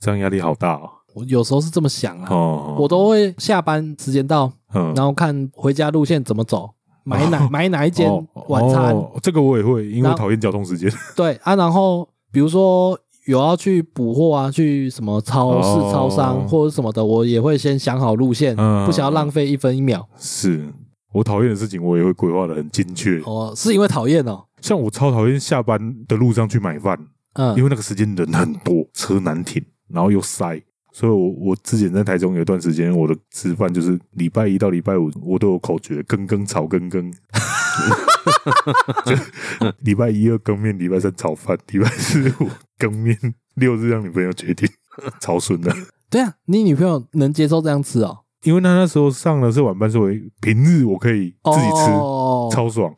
Speaker 3: 这样压力好大哦。
Speaker 2: 我有时候是这么想啊，
Speaker 3: 哦，
Speaker 2: 我都会下班时间到，
Speaker 3: 嗯
Speaker 2: 然后看回家路线怎么走，买
Speaker 3: *laughs*
Speaker 2: 哪、买哪一间
Speaker 3: 哦
Speaker 2: 晚餐，
Speaker 3: 哦这个我也会，因为
Speaker 2: 然
Speaker 3: 我
Speaker 2: 后
Speaker 3: 讨厌交通时间。
Speaker 2: 对啊，然后比如说。有要去补货啊，去什么超市、
Speaker 3: 哦
Speaker 2: 超商或者什么的，我也会先想好路线，
Speaker 3: 嗯
Speaker 2: 不想要浪费一分一秒。
Speaker 3: 是我讨厌的事情，我也会规划的很精确。
Speaker 2: 哦，是因为讨厌哦，
Speaker 3: 像我超讨厌下班的路上去买饭，因
Speaker 2: 嗯，
Speaker 3: 为那个时间人很多，车难停，然后又塞。所以我，我之前在台中有一段时间，我的吃饭就是礼拜一到礼拜五，我都有口诀：羹羹炒
Speaker 2: *laughs*
Speaker 3: 羹羹。就礼拜一要羹面，礼拜三炒饭，礼拜四五羹面，六日让女朋友决
Speaker 2: *laughs*
Speaker 3: 定，超顺的。
Speaker 2: 对啊，你女朋友能接受这样吃哦？
Speaker 3: 因为那那时候上的是晚班，所以平日我可以自己吃，
Speaker 2: 哦、
Speaker 3: 超爽。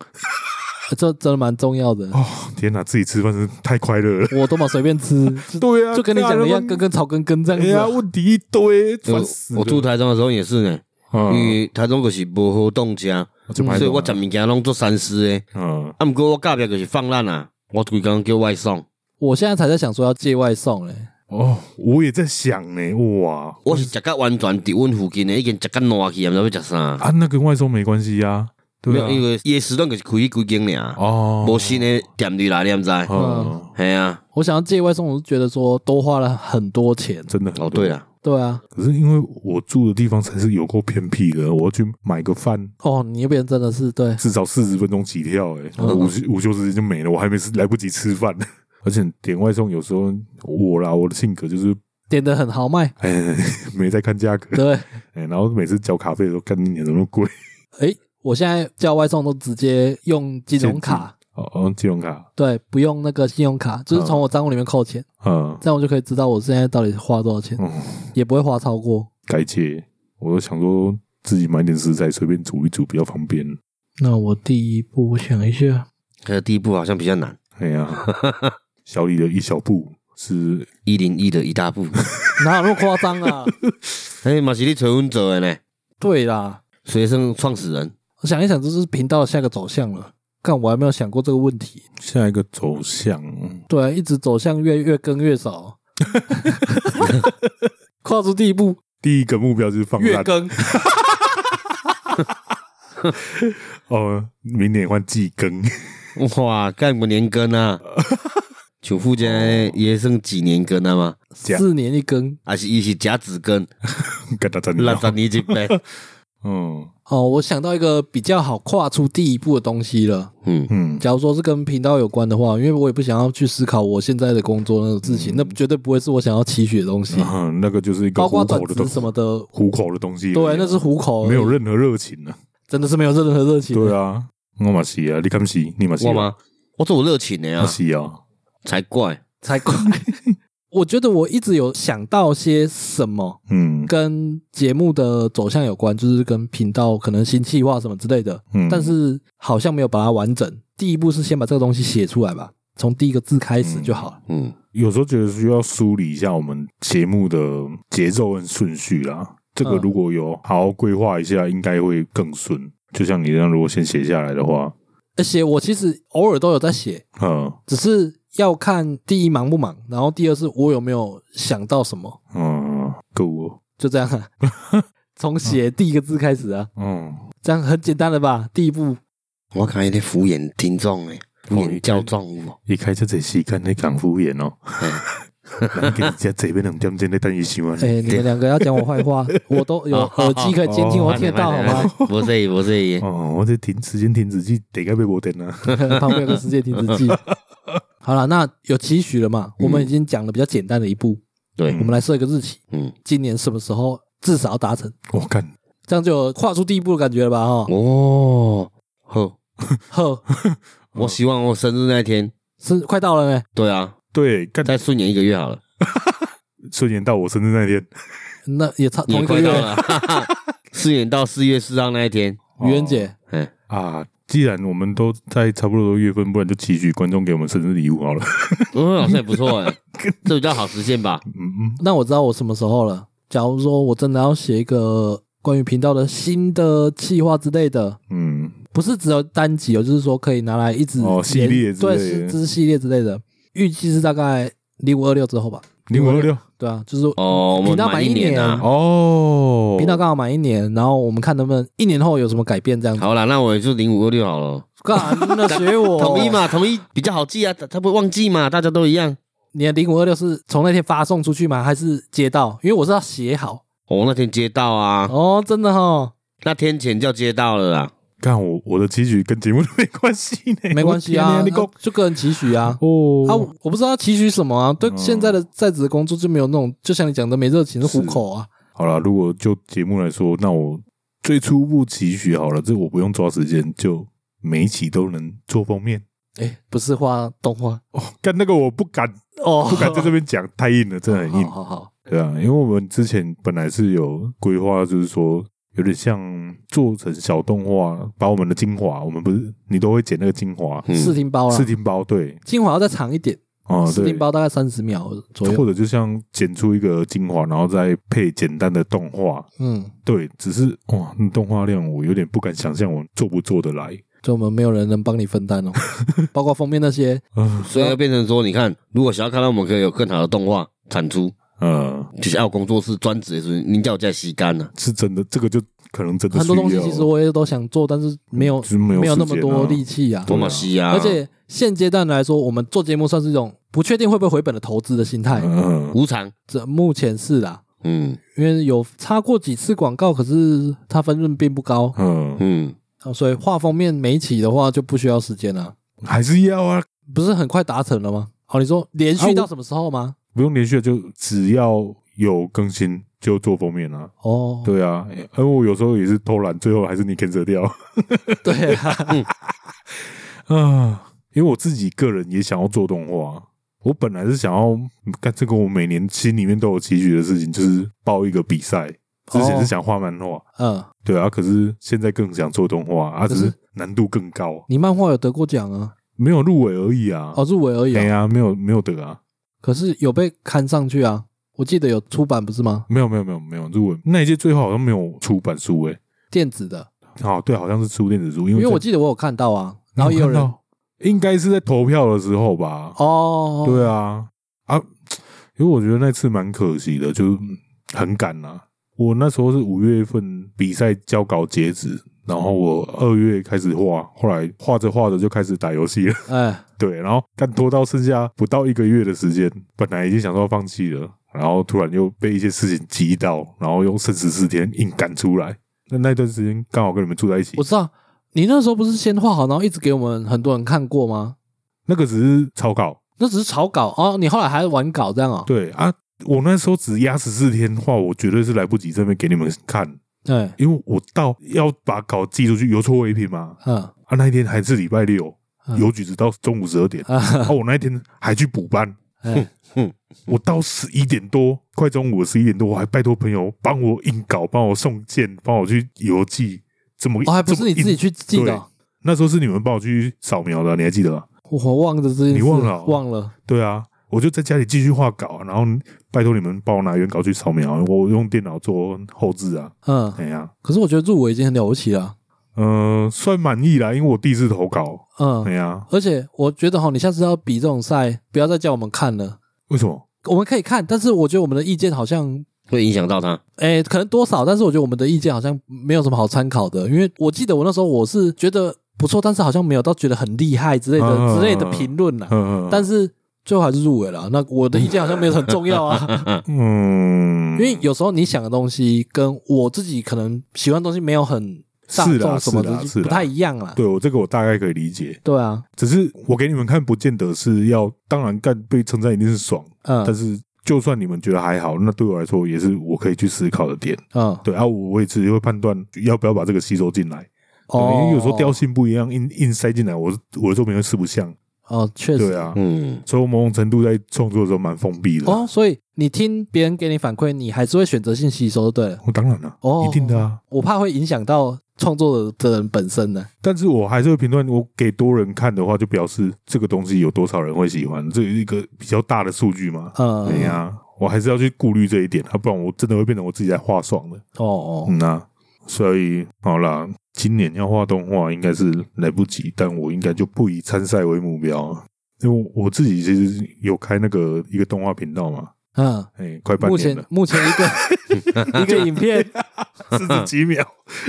Speaker 2: 这真的蛮重要的。
Speaker 3: 哦，天哪，自己吃饭真是太快乐了。
Speaker 2: 我都蛮随便吃，
Speaker 3: *laughs*
Speaker 2: 就
Speaker 3: 对啊，
Speaker 2: 就跟你讲的一样，根根草根根这样
Speaker 3: 哎
Speaker 2: 子
Speaker 3: 呀，
Speaker 2: 啊。
Speaker 3: 问题一堆，
Speaker 1: 我
Speaker 3: 烦死了
Speaker 1: 我住台中的时候也是呢，因
Speaker 3: 嗯，
Speaker 1: 为台中就是无活动食，
Speaker 3: 就
Speaker 1: 所
Speaker 3: 拍
Speaker 1: 以
Speaker 3: 照
Speaker 1: 我
Speaker 3: 啊
Speaker 1: 食物件拢做三思诶。
Speaker 3: 嗯，
Speaker 1: 啊，毋过我隔壁就是放烂啊，我规工叫外送。
Speaker 2: 我现在才在想说要借外送嘞、
Speaker 3: 哦，我也在想呢，哇
Speaker 1: 我是食到完全伫阮附近的，已经食到烂去，毋知道要食啥。
Speaker 3: 啊，那跟外送没关系啊，
Speaker 1: 没
Speaker 3: 对
Speaker 1: 有，因
Speaker 3: 啊，
Speaker 1: 为夜市段就是开迄几间尔，
Speaker 3: 哦，
Speaker 1: 无新的店入来，你毋知？
Speaker 3: 嗯，
Speaker 1: 系啊，
Speaker 2: 我想要借外送，我就觉得说多花了很多钱。
Speaker 3: 真的很
Speaker 1: 哦
Speaker 3: 多
Speaker 1: 对，啊，
Speaker 2: 对啊，
Speaker 3: 可是因为我住的地方才是有够偏僻的，我要去买个饭。
Speaker 2: 哦，你那边真的是对，
Speaker 3: 至少四十分钟起跳、欸，哎，午休午休时间就没了，我还没吃来不及吃饭，而且点外送有时候我啦，我的性格就是
Speaker 2: 点的很豪迈。
Speaker 3: 哎没在看价格，
Speaker 2: 对，
Speaker 3: 哎、然后每次交卡费的时候，干你娘怎么那么贵？
Speaker 2: 诶，我现在叫外送都直接用金融卡，嗯
Speaker 3: 哦哦，金融卡，
Speaker 2: 对，不用那个信用卡，就是从我账户里面扣钱，
Speaker 3: 嗯
Speaker 2: 这样我就可以知道我现在到底花多少钱，
Speaker 3: 嗯，
Speaker 2: 也不会花超过。
Speaker 3: 改借，我都想说自己买点食材随便煮一煮比较方便。
Speaker 2: 那我第一步，我想一下，
Speaker 1: 还有第一步好像比较难，
Speaker 3: 哎
Speaker 2: *laughs*
Speaker 3: 呀，小李的一小步是
Speaker 1: 一零一的一
Speaker 2: *laughs*
Speaker 1: 大步。
Speaker 2: 哪有那么夸张啊？
Speaker 1: 哎，马西利垂温者的呢，
Speaker 2: *laughs* 对啦，
Speaker 1: 随身创始人，
Speaker 2: 我想一想，这是频道的下个走向了。但我还没有想过这个问题。
Speaker 3: 下一个走向，
Speaker 2: 对啊，一直走向越越更越少， *laughs* 跨出第一步，
Speaker 3: 第一个目标就是放
Speaker 2: 越
Speaker 3: 烂
Speaker 2: 更。
Speaker 3: 哦，明年换季更，
Speaker 1: 哇，干什么年更
Speaker 2: *laughs*
Speaker 1: 啊？九富家也剩几年更了吗？
Speaker 3: 假
Speaker 2: 四年一更
Speaker 1: 还是一起甲子
Speaker 2: *laughs*
Speaker 1: 更？
Speaker 3: 跟他真
Speaker 1: 那咱你几杯？
Speaker 3: 嗯
Speaker 2: 哦，我想到一个比较好跨出第一步的东西了。
Speaker 1: 嗯，
Speaker 3: 嗯，
Speaker 2: 假如说是跟频道有关的话，因为我也不想要去思考我现在的工作那种事情，那绝对不会是我想要期许的东西，
Speaker 3: 嗯那个就是一个
Speaker 2: 包括
Speaker 3: 糊
Speaker 2: 转
Speaker 3: 口的
Speaker 2: 职
Speaker 3: 东
Speaker 2: 什么的，
Speaker 3: 糊口的东西，啊
Speaker 2: 对，那是糊口而已，
Speaker 3: 没有任何热情呢。
Speaker 2: 真的是没有任何热情。
Speaker 3: 对，啊，我嘛是啊，你看是，你嘛是
Speaker 1: 我？吗？我做热情的
Speaker 3: 我
Speaker 1: 呀，
Speaker 3: 是啊，
Speaker 1: 才怪！
Speaker 2: 才怪。我觉得我一直有想到些什么
Speaker 3: 嗯
Speaker 2: 跟节目的走向有关，就是跟频道可能新计划什么之类的，
Speaker 3: 嗯，
Speaker 2: 但是好像没有把它完整。第一步是先把这个东西写出来吧，从第一个字开始就好了。
Speaker 1: *laughs* 嗯，
Speaker 3: 有时候觉得需要梳理一下我们节目的节奏跟顺序啦。这个
Speaker 2: 嗯
Speaker 3: 如果有好好规划一下，应该会更顺。就像你这样，如果先写下来的话，
Speaker 2: 而且我其实偶尔都有在写，
Speaker 3: 嗯
Speaker 2: 只是要看第一忙不忙，然后第二是我有没有想到什么，
Speaker 3: 嗯，够了，
Speaker 2: 就这
Speaker 1: *laughs*
Speaker 2: 样啊。从写第一个字开始啊，
Speaker 3: 嗯，
Speaker 2: 这样很简单了吧？第一步，
Speaker 1: 我看有点敷衍听众诶，敷衍教众有无？
Speaker 3: 一开始这时间你讲敷衍哦，咱给人家这边两点钟在等一想啊，
Speaker 2: 哎、你们两个要讲我
Speaker 1: *laughs*
Speaker 2: 坏话，我都有
Speaker 1: 哦
Speaker 2: 耳机可以监听，我听得到好吗？
Speaker 1: 不是？不是不是，
Speaker 3: 哦，我这停时间停止器得该被我等啊，
Speaker 2: 旁边有个世界停
Speaker 1: *laughs*
Speaker 2: 止器。好了，那有期许了嘛？
Speaker 1: 嗯
Speaker 2: 我们已经讲的比较简单的一步，
Speaker 1: 对
Speaker 2: 我，们来设一个日期，
Speaker 1: 嗯，
Speaker 2: 今年什么时候至少要达成，
Speaker 3: 我看
Speaker 2: 这样就有跨出第一步的感觉了吧？哈，
Speaker 1: 哦，好，
Speaker 2: 呵，
Speaker 1: 我希望我生日那一天，
Speaker 2: 是快到了呢。
Speaker 1: 对啊，
Speaker 3: 对，
Speaker 1: *laughs*
Speaker 3: 干
Speaker 1: 再顺延一个月好了，
Speaker 3: 顺延到我生日那天，
Speaker 2: 那也差同
Speaker 1: 也
Speaker 2: 一个
Speaker 1: 快
Speaker 2: 月
Speaker 1: 到，了， *laughs* 哈哈顺延到四月四号那一天，
Speaker 2: 愚人节
Speaker 1: 哎，
Speaker 3: 啊，既然我们都在差不多的月份，不然就期许观众给我们生日礼物好了。
Speaker 1: 哦，好像也不错哎，这比较好实现吧？
Speaker 3: 嗯
Speaker 2: 那我知道我什么时候了。假如说我真的要写一个关于频道的新的计划之类的，
Speaker 3: 嗯
Speaker 2: 不是只有单集哦，就是说可以拿来一直
Speaker 3: 哦系列
Speaker 2: 连
Speaker 3: 之类
Speaker 2: 对，
Speaker 3: 的
Speaker 2: 是这是系列之类的。预计是大概零五二六之后吧，
Speaker 3: 嗯，零五二六
Speaker 2: 对啊，就是
Speaker 1: 哦，我
Speaker 2: 频
Speaker 1: 们
Speaker 2: 道满
Speaker 1: 满一年啊，
Speaker 3: 哦，
Speaker 2: 频道刚好满一年，然后我们看能不能一年后有什么改变这样子。
Speaker 1: 好啦，那我也就零五二六好
Speaker 2: 哦
Speaker 1: 了，
Speaker 2: 干，那学
Speaker 3: *laughs*
Speaker 2: 我
Speaker 1: 统一？嘛，统一比较好记啊，他他不会忘记嘛，大家都一样。
Speaker 2: 你的零五二六是从那天发送出去吗？还是接到？因为我是要写好
Speaker 1: 我哦那天接到啊，
Speaker 2: 哦，真的
Speaker 3: *laughs*
Speaker 2: 哈，
Speaker 1: 那天前就接到了啦。
Speaker 3: 干我我的期许跟节目 *laughs* 都没关系哦呢，
Speaker 2: 没关系啊
Speaker 3: 哎我，的
Speaker 2: 那
Speaker 3: 天你
Speaker 2: 就个人期许啊。啊，
Speaker 3: 讲
Speaker 2: 我我不知道要期许什么啊，对
Speaker 3: 嗯
Speaker 2: 现在的在职的工作就没有那种，就像你讲的没热情，是糊口啊。
Speaker 3: 好了，如果就节目来说，那我最初步期许好了，这我不用抓时间，就每一期都能做封面。
Speaker 2: 哎，不是画动画
Speaker 3: 哦，干那个我不 *laughs* 敢，
Speaker 2: 哦，
Speaker 3: 不敢在这边讲，太硬了，真的很硬。
Speaker 2: 好好好，
Speaker 3: 对啊，因为我们之前本来是有规划，就是说有点像做成小动画，把我们的精华，我们不是你都会剪那个精华，
Speaker 1: 嗯
Speaker 2: 试听包
Speaker 3: 视
Speaker 2: 啦，
Speaker 3: 听包对，
Speaker 2: 精华要再长一点，
Speaker 3: 哦、
Speaker 2: 试
Speaker 3: 对
Speaker 2: 听，包大概三十秒左
Speaker 3: 或
Speaker 2: 右。
Speaker 3: 者就像剪出一个精华，然后再配简单的动画，
Speaker 2: 嗯，
Speaker 3: 对，只是哇，那动画量我有点不敢想象我做不做得来，
Speaker 2: 就我们没有人能帮你分
Speaker 3: *laughs*
Speaker 2: 担哦，包括封面那些，
Speaker 3: 啊，
Speaker 1: 所以要变成说，你看，如果想要看到我们可以有更好的动画产出，
Speaker 3: 呃，
Speaker 1: 就是要有工作室专职的时候，您叫我在吸干呢。
Speaker 3: 是真的，这个就可能真的
Speaker 2: 很多东西
Speaker 3: 需要
Speaker 2: 其实我也都想做，但是没有
Speaker 3: 就是没有
Speaker 2: 没有那么
Speaker 3: 时间啊
Speaker 2: 多力气啊。
Speaker 1: 多么吸啊！
Speaker 2: 而且现阶段来说，我们做节目算是一种不确定会不会回本的投资的心态，
Speaker 3: 嗯、
Speaker 1: 无偿，
Speaker 2: 这目前是啦。
Speaker 1: 嗯
Speaker 2: 因为有插过几次广告，可是它分润并不高，
Speaker 3: 嗯，
Speaker 1: 嗯，
Speaker 2: 啊所以画封面每一期的话就不需要时间了，
Speaker 3: 还是要啊，
Speaker 2: 不是很快达成了吗？哦，你说连
Speaker 3: 啊我
Speaker 2: 续到什么时候吗？
Speaker 3: 不用连续的，啊就只要有更新就做封面啊。 *laughs*
Speaker 2: 哦，
Speaker 3: 对啊，而我有时候也是
Speaker 2: 啊
Speaker 3: 偷懒，最后还是你 cancel 掉
Speaker 2: 对啊，
Speaker 3: 啊。因为我自己个人也想要做动画。我本来是想要干这个，我每年心里面都有期许的事情，就是报一个比赛。之前是想画漫画，
Speaker 2: *laughs* 嗯，
Speaker 3: 对啊，可是现在更想做动画啊，
Speaker 2: 可
Speaker 3: 只
Speaker 2: 是
Speaker 3: 是难度更高，
Speaker 2: 你漫画有得过奖啊？
Speaker 3: 没有入围而已啊。
Speaker 2: 哦，入围而已、
Speaker 3: 没
Speaker 2: 啊，
Speaker 3: 啊，没有没有得啊，
Speaker 2: 可是有被刊上去啊。我记得有出版不是吗？
Speaker 3: 没有没有没有没有入围。那一届最后好像没有出版书诶、
Speaker 2: 电子的，
Speaker 3: 哦，对，好像是出电子书，
Speaker 2: 因
Speaker 3: 因为
Speaker 2: 为我
Speaker 3: 在
Speaker 2: 记得我有看到啊，然后也有
Speaker 3: 你
Speaker 2: 人
Speaker 3: 看到应该是在投票的时候吧。
Speaker 2: 哦，
Speaker 3: 对啊，啊，因为我觉得那次蛮可惜的，就很赶啊。我那时候是五月份比赛交稿截止，然后我二月开始画，后来画着画着就开始打游戏了。 *laughs*
Speaker 2: 哎，
Speaker 3: 对，然后干拖到剩下不到一个月的时间，本来已经想说要放弃了，然后突然又被一些事情激到，然后用剩十四天硬赶出来。那那段时间刚好跟你们住在一起
Speaker 2: 我，知道你那时候不是先画好，然后一直给我们很多人看过吗？
Speaker 3: 那个只是草稿。
Speaker 2: 那只是草稿哦，你后来还玩稿这样哦？
Speaker 3: 对啊，我那时候只压十四天画，我绝对是来不及这边给你们看，
Speaker 2: 对，
Speaker 3: 因为我到要把稿寄出去，邮戳为凭嘛。
Speaker 2: 嗯，
Speaker 3: 啊，那一天还是礼拜六，
Speaker 2: 嗯
Speaker 3: 邮局只到中午十二点。
Speaker 2: 啊哈
Speaker 3: 啊，我那一天还去补班，
Speaker 2: 哎
Speaker 3: 我到十一点多，快中午十一点多，我还拜托朋友帮我印稿，帮我送件，帮我去邮寄，怎么？
Speaker 2: 哦，还不是你自己
Speaker 3: 去？
Speaker 2: 去记的
Speaker 3: 对
Speaker 2: 哦，
Speaker 3: 那时候是你们帮我去扫描的，你还记得吗？
Speaker 2: 我我忘了这件事，
Speaker 3: 你忘了哦
Speaker 2: 忘了，
Speaker 3: 对啊，我就在家里继续画稿，啊然后拜托你们帮我拿原稿去扫描，啊我用电脑做后置啊，
Speaker 2: 嗯，
Speaker 3: 怎样？
Speaker 2: 可是我觉得入围已经很了不起了，啊
Speaker 3: 嗯、算满意啦，因为我第一次投稿，哎
Speaker 2: 嗯，
Speaker 3: 怎样？
Speaker 2: 而且我觉得哈，你下次要比这种赛，不要再叫我们看了，
Speaker 3: 为什么？
Speaker 2: 我们可以看，但是我觉得我们的意见好像。
Speaker 1: 会影响到他。
Speaker 2: 诶，可能多少，但是我觉得我们的意见好像没有什么好参考的，因为我记得我那时候我是觉得不错，但是好像没有到觉得很厉害之类的、
Speaker 3: 嗯
Speaker 2: 之类的评论啦。
Speaker 3: 嗯，
Speaker 2: 但是最后还是入围了。啊那我的意见好像没有很重要啊，
Speaker 3: 嗯，
Speaker 2: 因为有时候你想的东西跟我自己可能喜欢的东西没有很大
Speaker 3: 是啦
Speaker 2: 众什么的，
Speaker 3: 是啦
Speaker 2: 就是
Speaker 3: 啦
Speaker 2: 不太一样啦。
Speaker 3: 对我这个我大概可以理解，
Speaker 2: 对啊，
Speaker 3: 只是我给你们看，不见得是要，当然干被称赞一定是爽，但
Speaker 2: 嗯
Speaker 3: 是就算你们觉得还好，那对我来说也是我可以去思考的点。
Speaker 2: 嗯，
Speaker 3: 对啊，我我也只会判断要不要把这个吸收进来。对
Speaker 2: 哦，
Speaker 3: 因为有时候调性不一样，硬硬塞进来，我我的作品会四不像。
Speaker 2: 哦，确
Speaker 3: 对
Speaker 2: 实
Speaker 3: 啊，
Speaker 1: 嗯，
Speaker 3: 所以我某种程度在创作的时候蛮封闭的。
Speaker 2: 哦，所以你听别人给你反馈，你还是会选择性吸收，就对了。
Speaker 3: 我当然了，
Speaker 2: 哦，
Speaker 3: 一定的啊。
Speaker 2: 我怕会影响到创作的人本身呢。
Speaker 3: 但是我还是会评断，我给多人看的话，就表示这个东西有多少人会喜欢，这是一个比较大的数据嘛。
Speaker 2: 嗯，
Speaker 3: 哎对呀、我还是要去顾虑这一点，啊，不然我真的会变成我自己在画爽的。
Speaker 2: 哦哦，
Speaker 3: 嗯啊，所以好啦，今年要画动画应该是来不及，但我应该就不以参赛为目标啊，因为我自己其实有开那个一个动画频道嘛，
Speaker 2: 嗯，
Speaker 3: 哎、快半
Speaker 2: 目
Speaker 3: 年
Speaker 2: 前
Speaker 3: 了，
Speaker 2: 目前一
Speaker 3: *laughs*
Speaker 2: 个一个影片 *laughs*
Speaker 3: 四十几 *laughs* 秒，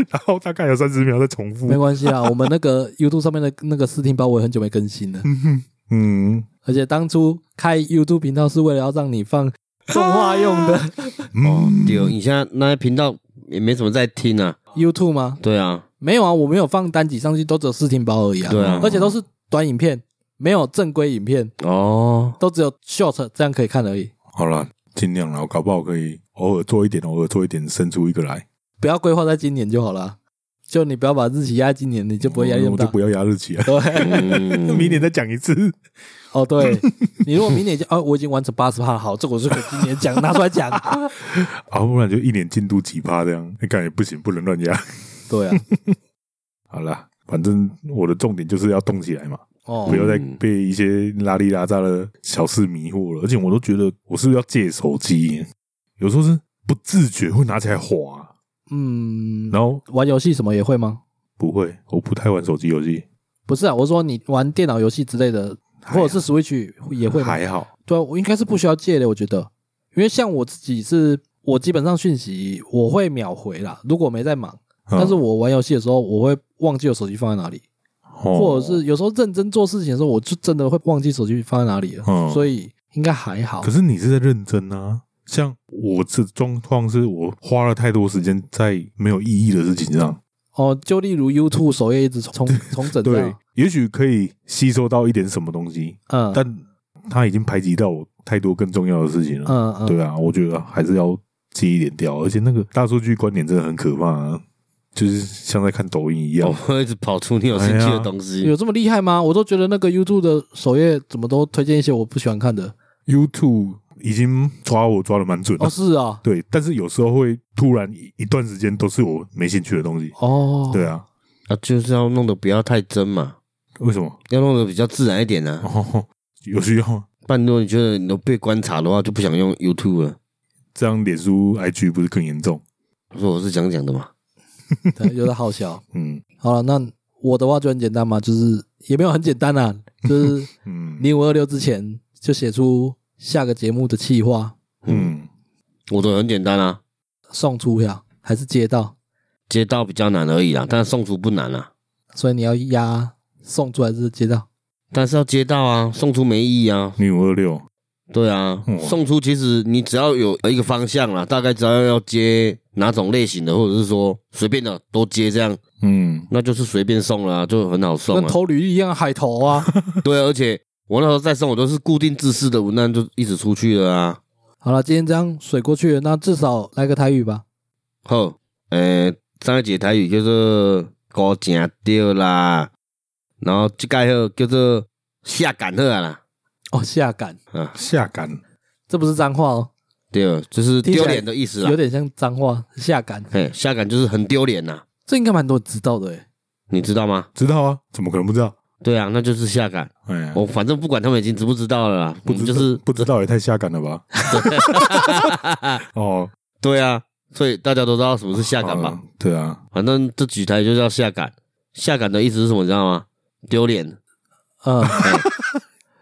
Speaker 3: 然后大概有三十秒在重
Speaker 2: 没
Speaker 3: 复，
Speaker 2: 关系啊，我们那个 YouTube 上面的那个试听包我也很久没更新了，
Speaker 3: 嗯
Speaker 2: 而且当初开 YouTube 频道是为了要让你
Speaker 3: *laughs*
Speaker 2: 放动画用的
Speaker 1: 哦
Speaker 3: 嗯，，
Speaker 1: 对，你现在那些频道也没怎么在听啊。
Speaker 2: *laughs* YouTube 吗？
Speaker 1: 对啊，
Speaker 2: 没有啊，我没有放单集上去，都只有试听包而已啊，
Speaker 1: 对啊
Speaker 2: 而且都是短影片，没有正规影片，
Speaker 3: 嗯
Speaker 1: 哦，
Speaker 2: 都只有 short 这样可以看而已。
Speaker 3: 好啦，尽量啦，我搞不好可以偶尔做一点，偶尔做一点，生出一个来，
Speaker 2: 不要规划在今年就好了，啊就你不要把日期压在今年，你就不会压力那
Speaker 3: 嗯我
Speaker 2: 么
Speaker 3: 就
Speaker 2: 大
Speaker 3: 不。要压日
Speaker 2: *laughs*
Speaker 3: 啊期了，
Speaker 2: 对，
Speaker 1: 嗯
Speaker 3: *laughs* 明年再讲一次。
Speaker 2: 哦，对，你如果明年就哦，我已经完成八十趴了，好，这个我是可以今年讲拿出来
Speaker 3: *laughs*
Speaker 2: 讲。
Speaker 3: 啊，不然就一年进度几趴这样，那感觉不行，不能乱压。 *laughs*
Speaker 2: 对啊，
Speaker 3: 好啦，反正我的重点就是要动起来嘛，
Speaker 2: 哦
Speaker 3: 不，要再
Speaker 1: 嗯
Speaker 3: 被一些拉里拉扎的小事迷惑了。而且我都觉得，我是不是要借手机？有时候是不自觉会拿起来滑，
Speaker 2: 嗯，
Speaker 3: 然后
Speaker 2: 玩游戏什么也会吗？
Speaker 3: 不会，我不太玩手机游戏，
Speaker 2: 不是啊，我说你玩电脑游戏之类的，或者是 Switch 也会吗？
Speaker 3: 还好。
Speaker 2: 对啊，我应该是不需要借的，我觉得，因为像我自己是，我基本上讯息我会秒回啦，如果没在忙，但是
Speaker 3: 嗯
Speaker 2: 我玩游戏的时候，我会忘记我手机放在哪里，
Speaker 3: 哦
Speaker 2: 或者是，有时候认真做事情的时候，我就真的会忘记手机放在哪里了，
Speaker 3: 嗯
Speaker 2: 所以应该还好
Speaker 3: 哦可。是你是在认真啊。像我这状况是我花了太多时间在没有意义的事情上，
Speaker 2: 哦，就例如 YouTube 首页一直重重整这
Speaker 3: 对
Speaker 2: 样，，
Speaker 3: 也许可以吸收到一点什么东西，
Speaker 2: 嗯，
Speaker 3: 但它已经排挤到我太多更重要的事情了。
Speaker 2: 嗯嗯，
Speaker 3: 对啊，我觉得还是要戒一点掉，而且那个大数据观点真的很可怕、啊。就是像在看抖音一样
Speaker 2: 哦
Speaker 1: 我。会一直跑出你有兴趣的东西
Speaker 3: 嗯
Speaker 2: 有。这么厉害吗？我都觉得那个 YouTube 的首页怎么都推荐一些我不喜欢看的。
Speaker 3: YouTube 已经抓我抓的蛮准的
Speaker 2: 哦，，是啊，
Speaker 3: 对，但是有时候会突然一一段时间都是我没兴趣的东西。
Speaker 2: 哦，
Speaker 3: 对啊，
Speaker 1: 啊，就是要弄得不要太真嘛，
Speaker 3: 为什么？
Speaker 1: 要弄得比较自然一点啊。
Speaker 3: 哦，有需要吗？
Speaker 1: 不然如果你觉得你都被观察的话，就不想用 YouTube 了。
Speaker 3: 这样脸书、IG 不是更严重？
Speaker 1: 我说我是讲讲的嘛，
Speaker 2: 对， *laughs* 有点好笑。
Speaker 3: 嗯
Speaker 2: 好了，那我的话就很简单嘛，就是也没有很简单啊，就是
Speaker 3: 嗯
Speaker 2: 零五二六之前就写出下个节目的企划
Speaker 3: 嗯，
Speaker 1: 我的很简单啊，
Speaker 2: 送出呀，还是接到，
Speaker 1: 街道比较难而已啦，但送出不难啊，
Speaker 2: 所以你要压送出还是接到？
Speaker 1: 但是要街道啊，送出没意义啊。
Speaker 3: 女五二六，
Speaker 1: 对啊
Speaker 3: 嗯，
Speaker 1: 送出其实你只要有一个方向啦，大概只要要接哪种类型的，或者是说随便的都接这样，
Speaker 3: 嗯
Speaker 1: 那就是随便送啦、就很好送
Speaker 2: 跟
Speaker 1: 啊。
Speaker 2: 投履历一样，海投啊。
Speaker 1: *laughs* 对，而且我那时候在送，我都是固定制式的文案，就一直出去了啊。
Speaker 2: 好了，今天这样水过去了，那至少来个台语吧。
Speaker 1: 好，诶、上一节台语叫做“高正对啦”，然后这届好叫做“下感好啊啦
Speaker 2: 哦，下感，
Speaker 3: 下感，
Speaker 2: 这不是脏话哦，”，
Speaker 1: 对，就是啊
Speaker 2: 听起
Speaker 1: 丢
Speaker 2: 来
Speaker 1: 脸的意思
Speaker 2: 有
Speaker 1: 啦。
Speaker 2: 点像脏话。下感，
Speaker 1: 嘿，下感就是很丢脸呐，
Speaker 2: 这应该蛮多人知道的欸诶。
Speaker 1: 你知道吗？
Speaker 3: 知道啊？怎么可能不知道？
Speaker 1: 对啊，那就是下感。
Speaker 3: 哎呀，
Speaker 2: 哦
Speaker 1: 我反正不管他们已经知不知道了啦，
Speaker 3: 不
Speaker 1: 我
Speaker 3: 知
Speaker 1: 们就是
Speaker 3: 不知道也太下感
Speaker 2: *laughs*
Speaker 3: 了吧？ *laughs* 哦，
Speaker 1: 对啊，所以大家都知道什么是下感吧？
Speaker 3: 好了？对啊，
Speaker 1: 反正这几台就叫下感。下感的意思是什么？你知道吗？丢脸。
Speaker 2: 嗯，
Speaker 1: 嘿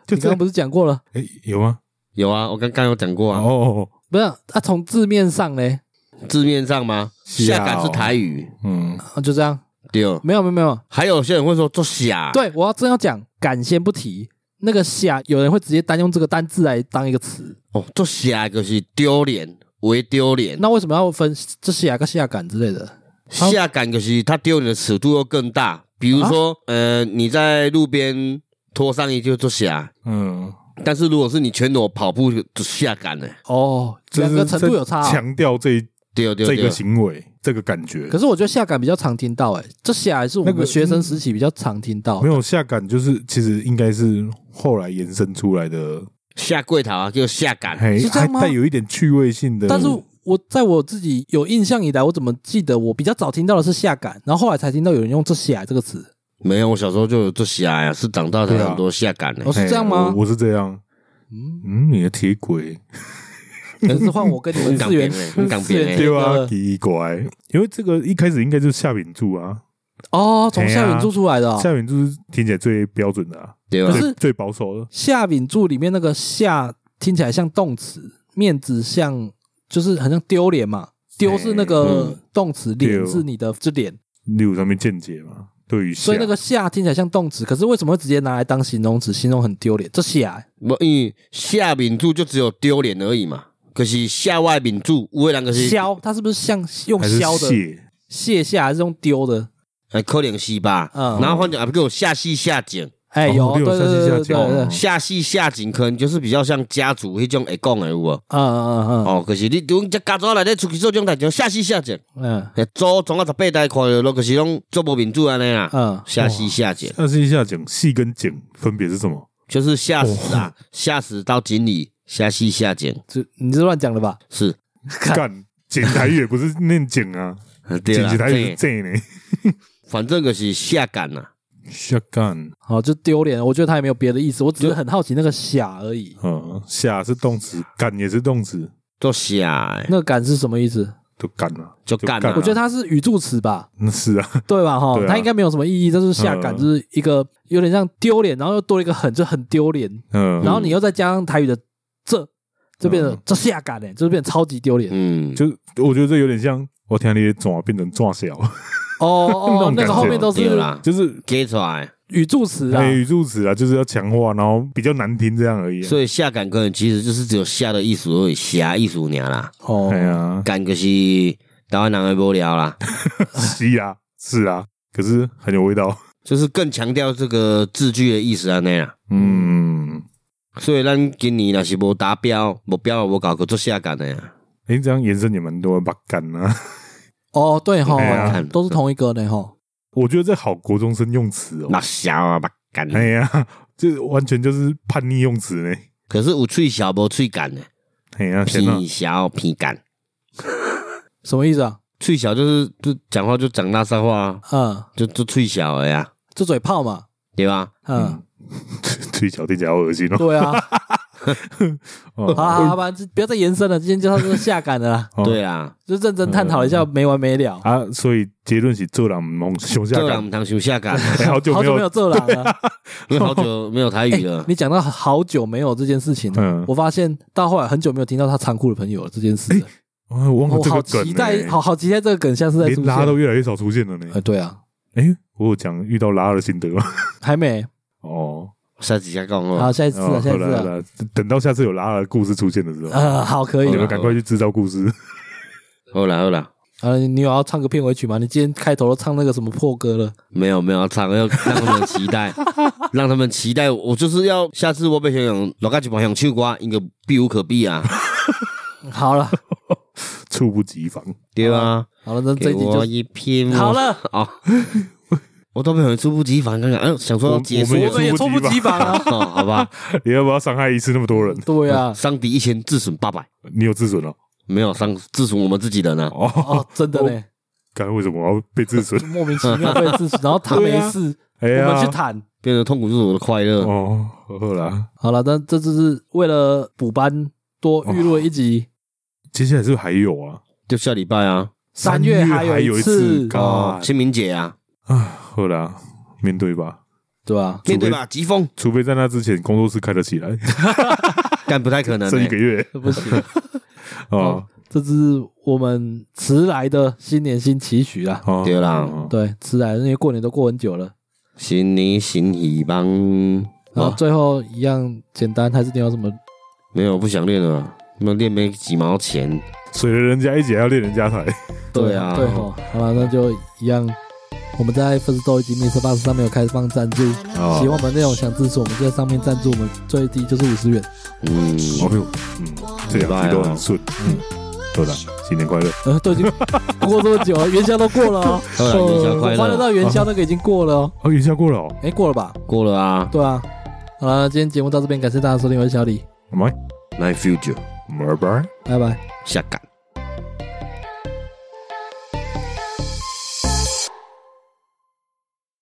Speaker 3: 就
Speaker 2: 你刚
Speaker 3: 这
Speaker 2: 刚
Speaker 3: 样。
Speaker 2: 不是讲过了？
Speaker 3: 哎，有吗？
Speaker 1: 有啊，我刚刚有讲过啊。
Speaker 3: 哦，
Speaker 2: 不是啊，啊从字面上嘞，
Speaker 1: 字面上吗？
Speaker 3: 是啊
Speaker 1: 下感是台语，
Speaker 3: 嗯，
Speaker 2: 啊就这样，
Speaker 1: 对。
Speaker 2: 没有没有没有。
Speaker 1: 还有些人会说做虾，，
Speaker 2: 对我要真要讲感先不提，那个下有人会直接单用这个单字来当一个词，
Speaker 1: 哦，做虾就是丢脸，为丢脸。
Speaker 2: 那为什么要分这下跟下感之类的？好
Speaker 1: 下感就是他丢脸的尺度又更大，比
Speaker 3: 啊
Speaker 1: 如说，呃，你在路边拖上衣就做虾，
Speaker 3: 嗯，
Speaker 1: 但是如果是你全裸跑步就下感呢、
Speaker 2: 哦，
Speaker 3: 这
Speaker 2: 两
Speaker 3: 是
Speaker 2: 个程度有差
Speaker 3: 在
Speaker 2: 哦、
Speaker 3: 强调这
Speaker 1: 对哦对
Speaker 3: 这
Speaker 1: 对
Speaker 3: 个，行为，这个感觉
Speaker 2: 可。是我觉得下感比较常听到、欸，哎，这下也是我
Speaker 3: 那个
Speaker 2: 们学生时期比较常听到。
Speaker 3: 没有下感，就是其实应该是后来延伸出来的，
Speaker 1: 下跪头啊，就下感。
Speaker 3: 还
Speaker 2: 是这
Speaker 3: 还
Speaker 2: 样吗
Speaker 3: 带有一点趣味性的。
Speaker 2: 但是我在我自己有印象以来，我怎么记得我比较早听到的是下感，然后后来才听到有人用这下这个词。
Speaker 1: 没有，我小时候就有做虾呀，是长大才有很多下感呢、
Speaker 2: 哦，是这样
Speaker 3: 嘿
Speaker 2: 吗？
Speaker 3: 哎我我是这样。
Speaker 2: 嗯，
Speaker 3: 嗯，你的铁轨
Speaker 2: 可是换我 *laughs* 跟你们
Speaker 1: 港
Speaker 2: 四元
Speaker 1: 片欸很港
Speaker 2: 四元
Speaker 1: 片欸
Speaker 2: 切
Speaker 3: *laughs* 对
Speaker 2: 割
Speaker 3: 啊，
Speaker 2: 了
Speaker 3: 奇怪，因为这个一开始应该就是夏秉柱啊，
Speaker 2: 哦，从夏
Speaker 3: 嘿
Speaker 2: 允
Speaker 3: 啊
Speaker 2: 柱出来的、哦。
Speaker 3: 夏秉柱是听起来最标准的啊，
Speaker 1: 对吧
Speaker 2: 可？是
Speaker 3: 最最保守的。
Speaker 2: 夏秉柱里面那个夏听起来像动词，面子像就是很像丢脸嘛，丢是那个
Speaker 1: 嗯
Speaker 2: 动词，
Speaker 3: 丢
Speaker 2: 脸是你的这脸，
Speaker 3: 例如上面见解嘛，对于夏
Speaker 2: 所以那个夏听起来像动词，可是为什么会直接拿来当形容词，形容很丢脸？这夏、欸
Speaker 1: 不，因为下敏柱就只有丢脸而已嘛。可是下外敏柱，有的人就是
Speaker 2: 削，它是不是像用
Speaker 3: 还是
Speaker 2: 削的
Speaker 3: 蟹，
Speaker 2: 卸下，还是用丢的？
Speaker 1: 哎，可怜西吧，
Speaker 2: 嗯
Speaker 1: 然后换成啊，不给我下戏下井，
Speaker 2: 哎、
Speaker 3: 哦
Speaker 2: 有，
Speaker 3: 六
Speaker 2: 对对
Speaker 3: 三七
Speaker 2: 对
Speaker 3: 下
Speaker 2: 对对
Speaker 3: 降
Speaker 2: 对，
Speaker 3: 哦
Speaker 1: 下戏下井，可能就是比较像家族迄种会讲的有无？
Speaker 2: 嗯嗯嗯
Speaker 1: 哦，可是你从这家族内底出去做这种代志，下戏下井，
Speaker 2: 嗯
Speaker 1: 嘿做总啊十八代看着咯，可是拢做无民主安尼啊，
Speaker 2: 嗯
Speaker 1: 下戏下井
Speaker 3: 那是一下讲戏跟井分别是
Speaker 2: *laughs*
Speaker 3: 什么？
Speaker 1: 就是下死啊，下死到井里，下戏下井
Speaker 2: 这你是乱讲的吧？
Speaker 1: 是，
Speaker 3: 干剪台语也不是念
Speaker 2: *laughs*
Speaker 3: 井啊，
Speaker 1: 嗯对
Speaker 3: 剪
Speaker 1: 啦，
Speaker 3: 起台语是
Speaker 1: 对
Speaker 3: 这呢。
Speaker 1: 反正就是下啊感呐，
Speaker 3: 下干，
Speaker 2: 好，哦就丢脸，我觉得他也没有别的意思，我只是很好奇那个夏而已，
Speaker 3: 嗯，下是动词，干也是动词，
Speaker 1: 做下的，
Speaker 2: 那个感是什么意思？
Speaker 3: 就干了。
Speaker 1: 就干
Speaker 3: 就干
Speaker 1: 啊
Speaker 2: 我觉得它是语助词吧。
Speaker 3: 那是啊，
Speaker 2: 对吧？哈
Speaker 3: 对，啊
Speaker 2: 它应该没有什么意义，就是下感，
Speaker 3: 嗯
Speaker 2: 就是一个有点像丢脸，然后又多了一个很，就很丢脸。
Speaker 3: 嗯，
Speaker 2: 然后你又再加上台语的这，就变成
Speaker 3: 嗯
Speaker 2: 这下感嘞，就变成超级丢脸。
Speaker 1: 嗯，
Speaker 3: 就我觉得这有点像我听你的转变成转小，
Speaker 2: 哦
Speaker 3: *laughs* 那
Speaker 2: 哦，
Speaker 3: 种
Speaker 2: 那个
Speaker 3: 感觉
Speaker 2: 后面都
Speaker 1: 对
Speaker 2: 是
Speaker 1: 啦，
Speaker 3: 就是
Speaker 1: 给出来，
Speaker 2: 语助词啊
Speaker 3: 美。语助词啊，就是要强化，然后比较难听这样而已啊。
Speaker 1: 所以下感可能其实就是只有下的意思而已，下意思而已啦。
Speaker 2: 哦
Speaker 3: 哎，呀，
Speaker 1: 干就是台湾人的无聊啦， *laughs*
Speaker 3: 是啊，是啊，可是很有味道。
Speaker 1: 就是更强调这个字句的意思安尼啦。
Speaker 3: 嗯，
Speaker 1: 所以咱今年若是无达标，目标也无搞过做下干的啊。
Speaker 3: 哎，这样延伸也蛮多，把干啊， *laughs*
Speaker 2: 哦，对哈
Speaker 3: 哎呀，
Speaker 2: 都是同一个的哈。
Speaker 3: 我觉得这好国中生用词哦
Speaker 1: 那，小啊，把干。
Speaker 3: 哎呀，这完全就是叛逆用词呢。
Speaker 1: 可是有喙小无喙干呢，
Speaker 3: 哎呀，天哪！
Speaker 1: 偏小偏干。
Speaker 2: 什么意思啊？
Speaker 1: 喙小就是就讲话就讲拉萨话啊，
Speaker 2: 嗯，
Speaker 1: 就就喙小的呀，
Speaker 2: 就嘴炮嘛。
Speaker 1: 对吧？
Speaker 2: 嗯，
Speaker 3: *laughs* 吹小听起来好恶心哦。
Speaker 2: 对
Speaker 3: *laughs*
Speaker 2: 啊，
Speaker 3: 哦
Speaker 2: 好好，好吧，这不要再延伸了，今天就到这个下感了啦，
Speaker 3: 哦
Speaker 1: 对啊，
Speaker 2: 就认真探讨一下，没完没了。
Speaker 3: 啊，所以结论是做人梦熊
Speaker 2: 啊
Speaker 3: 下
Speaker 1: 做人
Speaker 3: 岗，
Speaker 1: 唔通想下岗，
Speaker 2: *laughs*
Speaker 3: 哎好久
Speaker 2: 好
Speaker 3: 没
Speaker 2: 久
Speaker 3: 有
Speaker 2: 没有这了啊。
Speaker 1: 因为好久没有台语
Speaker 2: 哎
Speaker 1: 了，
Speaker 2: 你讲到好久没有这件事情，
Speaker 3: 嗯
Speaker 2: 我发现到后来很久没有听到他残酷的朋友了这件事了。
Speaker 3: 啊，我忘了
Speaker 2: 我
Speaker 3: 这
Speaker 2: 好
Speaker 3: 个梗
Speaker 2: 期待，
Speaker 3: 欸
Speaker 2: 好好期待这个梗下次再出
Speaker 3: 连拉都
Speaker 2: 现。
Speaker 3: 越来越少出现了呢
Speaker 2: 呃，。对啊，
Speaker 3: 哎，我有讲遇到拉的心得吗？
Speaker 2: 还没。
Speaker 3: *laughs* 哦，
Speaker 1: 下次再讲
Speaker 2: 好，
Speaker 1: 哦。
Speaker 2: 下一次啊，
Speaker 3: 哦
Speaker 2: 下一
Speaker 3: 好
Speaker 2: 次
Speaker 3: 了好
Speaker 2: 啊。
Speaker 3: 了，等到下次有拉的故事出现的时候，
Speaker 2: 呃，好，可以
Speaker 1: 好
Speaker 3: 你
Speaker 1: 啦
Speaker 3: 们
Speaker 2: 了。
Speaker 3: 赶快去制造故事。 *laughs*
Speaker 1: 好啦好啦，
Speaker 2: 呃，你有要唱个片尾曲吗？你今天开头都唱那个什么破歌了？
Speaker 1: 没有没有要唱，要让他们期
Speaker 2: *laughs*
Speaker 1: 待，让他们期待。我就是要下次我被想想，老家就把想唱歌，应该避无可避啊，
Speaker 2: 好了，
Speaker 3: 猝不及防。
Speaker 1: 对啊。
Speaker 2: 好了，那这
Speaker 1: 给
Speaker 2: 一集
Speaker 1: 我
Speaker 2: 就
Speaker 1: 一篇。
Speaker 2: 好了
Speaker 3: *laughs*
Speaker 1: 啊，我都没有猝不及防，刚刚哎，想说要结束
Speaker 3: 我
Speaker 2: 我们也猝不及防
Speaker 3: *laughs*
Speaker 2: 啊。
Speaker 1: *laughs* 哦，好吧，
Speaker 3: 你要不要伤害一次那么多人？
Speaker 2: 对啊，
Speaker 1: 伤敌一千，自损八百，
Speaker 3: 你有自损哦。
Speaker 1: 没有伤自损我们自己人啊。
Speaker 3: 哦，
Speaker 2: 哦，真的嘞，？
Speaker 3: 看为什么我要被自 *laughs* 损
Speaker 2: 莫名其妙被自死，然后谈没
Speaker 3: *laughs* 对啊
Speaker 2: 事，
Speaker 3: 哎
Speaker 2: 我
Speaker 3: 呀，
Speaker 2: 们去谈。
Speaker 1: 变得痛苦就是我的快乐。
Speaker 3: 哦，好啦，
Speaker 2: 好了，但这就是为了补班多预录了一集。
Speaker 3: 接下来是不是还有啊？
Speaker 1: 就下礼拜啊，
Speaker 2: 三
Speaker 3: 月
Speaker 2: 月还有
Speaker 3: 有
Speaker 2: 一
Speaker 3: 次
Speaker 2: 次，
Speaker 1: 哦，
Speaker 3: God
Speaker 1: 清明节啊，
Speaker 3: 啊，好啦，面对吧。
Speaker 2: 对吧？
Speaker 1: 面对吧，疾风，
Speaker 3: 除非在那之前工作室开得起来，
Speaker 1: 但不太可
Speaker 2: *laughs*
Speaker 1: 能
Speaker 3: *laughs* 剩一
Speaker 1: 欸
Speaker 3: 个。月
Speaker 2: 这不行，
Speaker 3: 哦
Speaker 2: 这是我们迟来的新年新期许啦。
Speaker 3: 哦，
Speaker 1: 对啦
Speaker 3: 哦
Speaker 2: 对，迟来的，因为过年都过很久
Speaker 1: 啊
Speaker 2: 了。
Speaker 1: 新年新希望，
Speaker 2: 然后
Speaker 1: 哦
Speaker 2: 最后一样简单，还是你要什么？
Speaker 1: 没有不想练了，那练没几毛钱。
Speaker 3: 水了人家一姐要练人家台，
Speaker 1: 对啊
Speaker 2: 对吼，好了，那就一样。我们在 First Story 及 Mr. Bus 上面有开放赞助，
Speaker 3: 哦
Speaker 2: 喜欢我们内容想支持我们，就在上面赞助，我们最低就是五
Speaker 1: *laughs*
Speaker 2: 十元。
Speaker 1: 嗯，
Speaker 3: 哦呦，嗯，这两集都很顺，嗯，对啦，新年快乐，
Speaker 2: 呃，都已经过这么久了，元宵都过了
Speaker 1: *laughs*
Speaker 2: 哦，
Speaker 1: 好啦元宵
Speaker 2: 呃
Speaker 1: 快乐
Speaker 2: 欢乐到元宵那个已经过了哦，
Speaker 3: 哦，元宵过了哦，
Speaker 2: 哎，过了吧？
Speaker 1: 过了啊
Speaker 2: 对啊。好了，今天节目到这边，感谢大家收听，我是小李，
Speaker 3: 拜
Speaker 1: ，My Future，
Speaker 3: 拜拜。
Speaker 2: 拜拜。
Speaker 1: 下岗。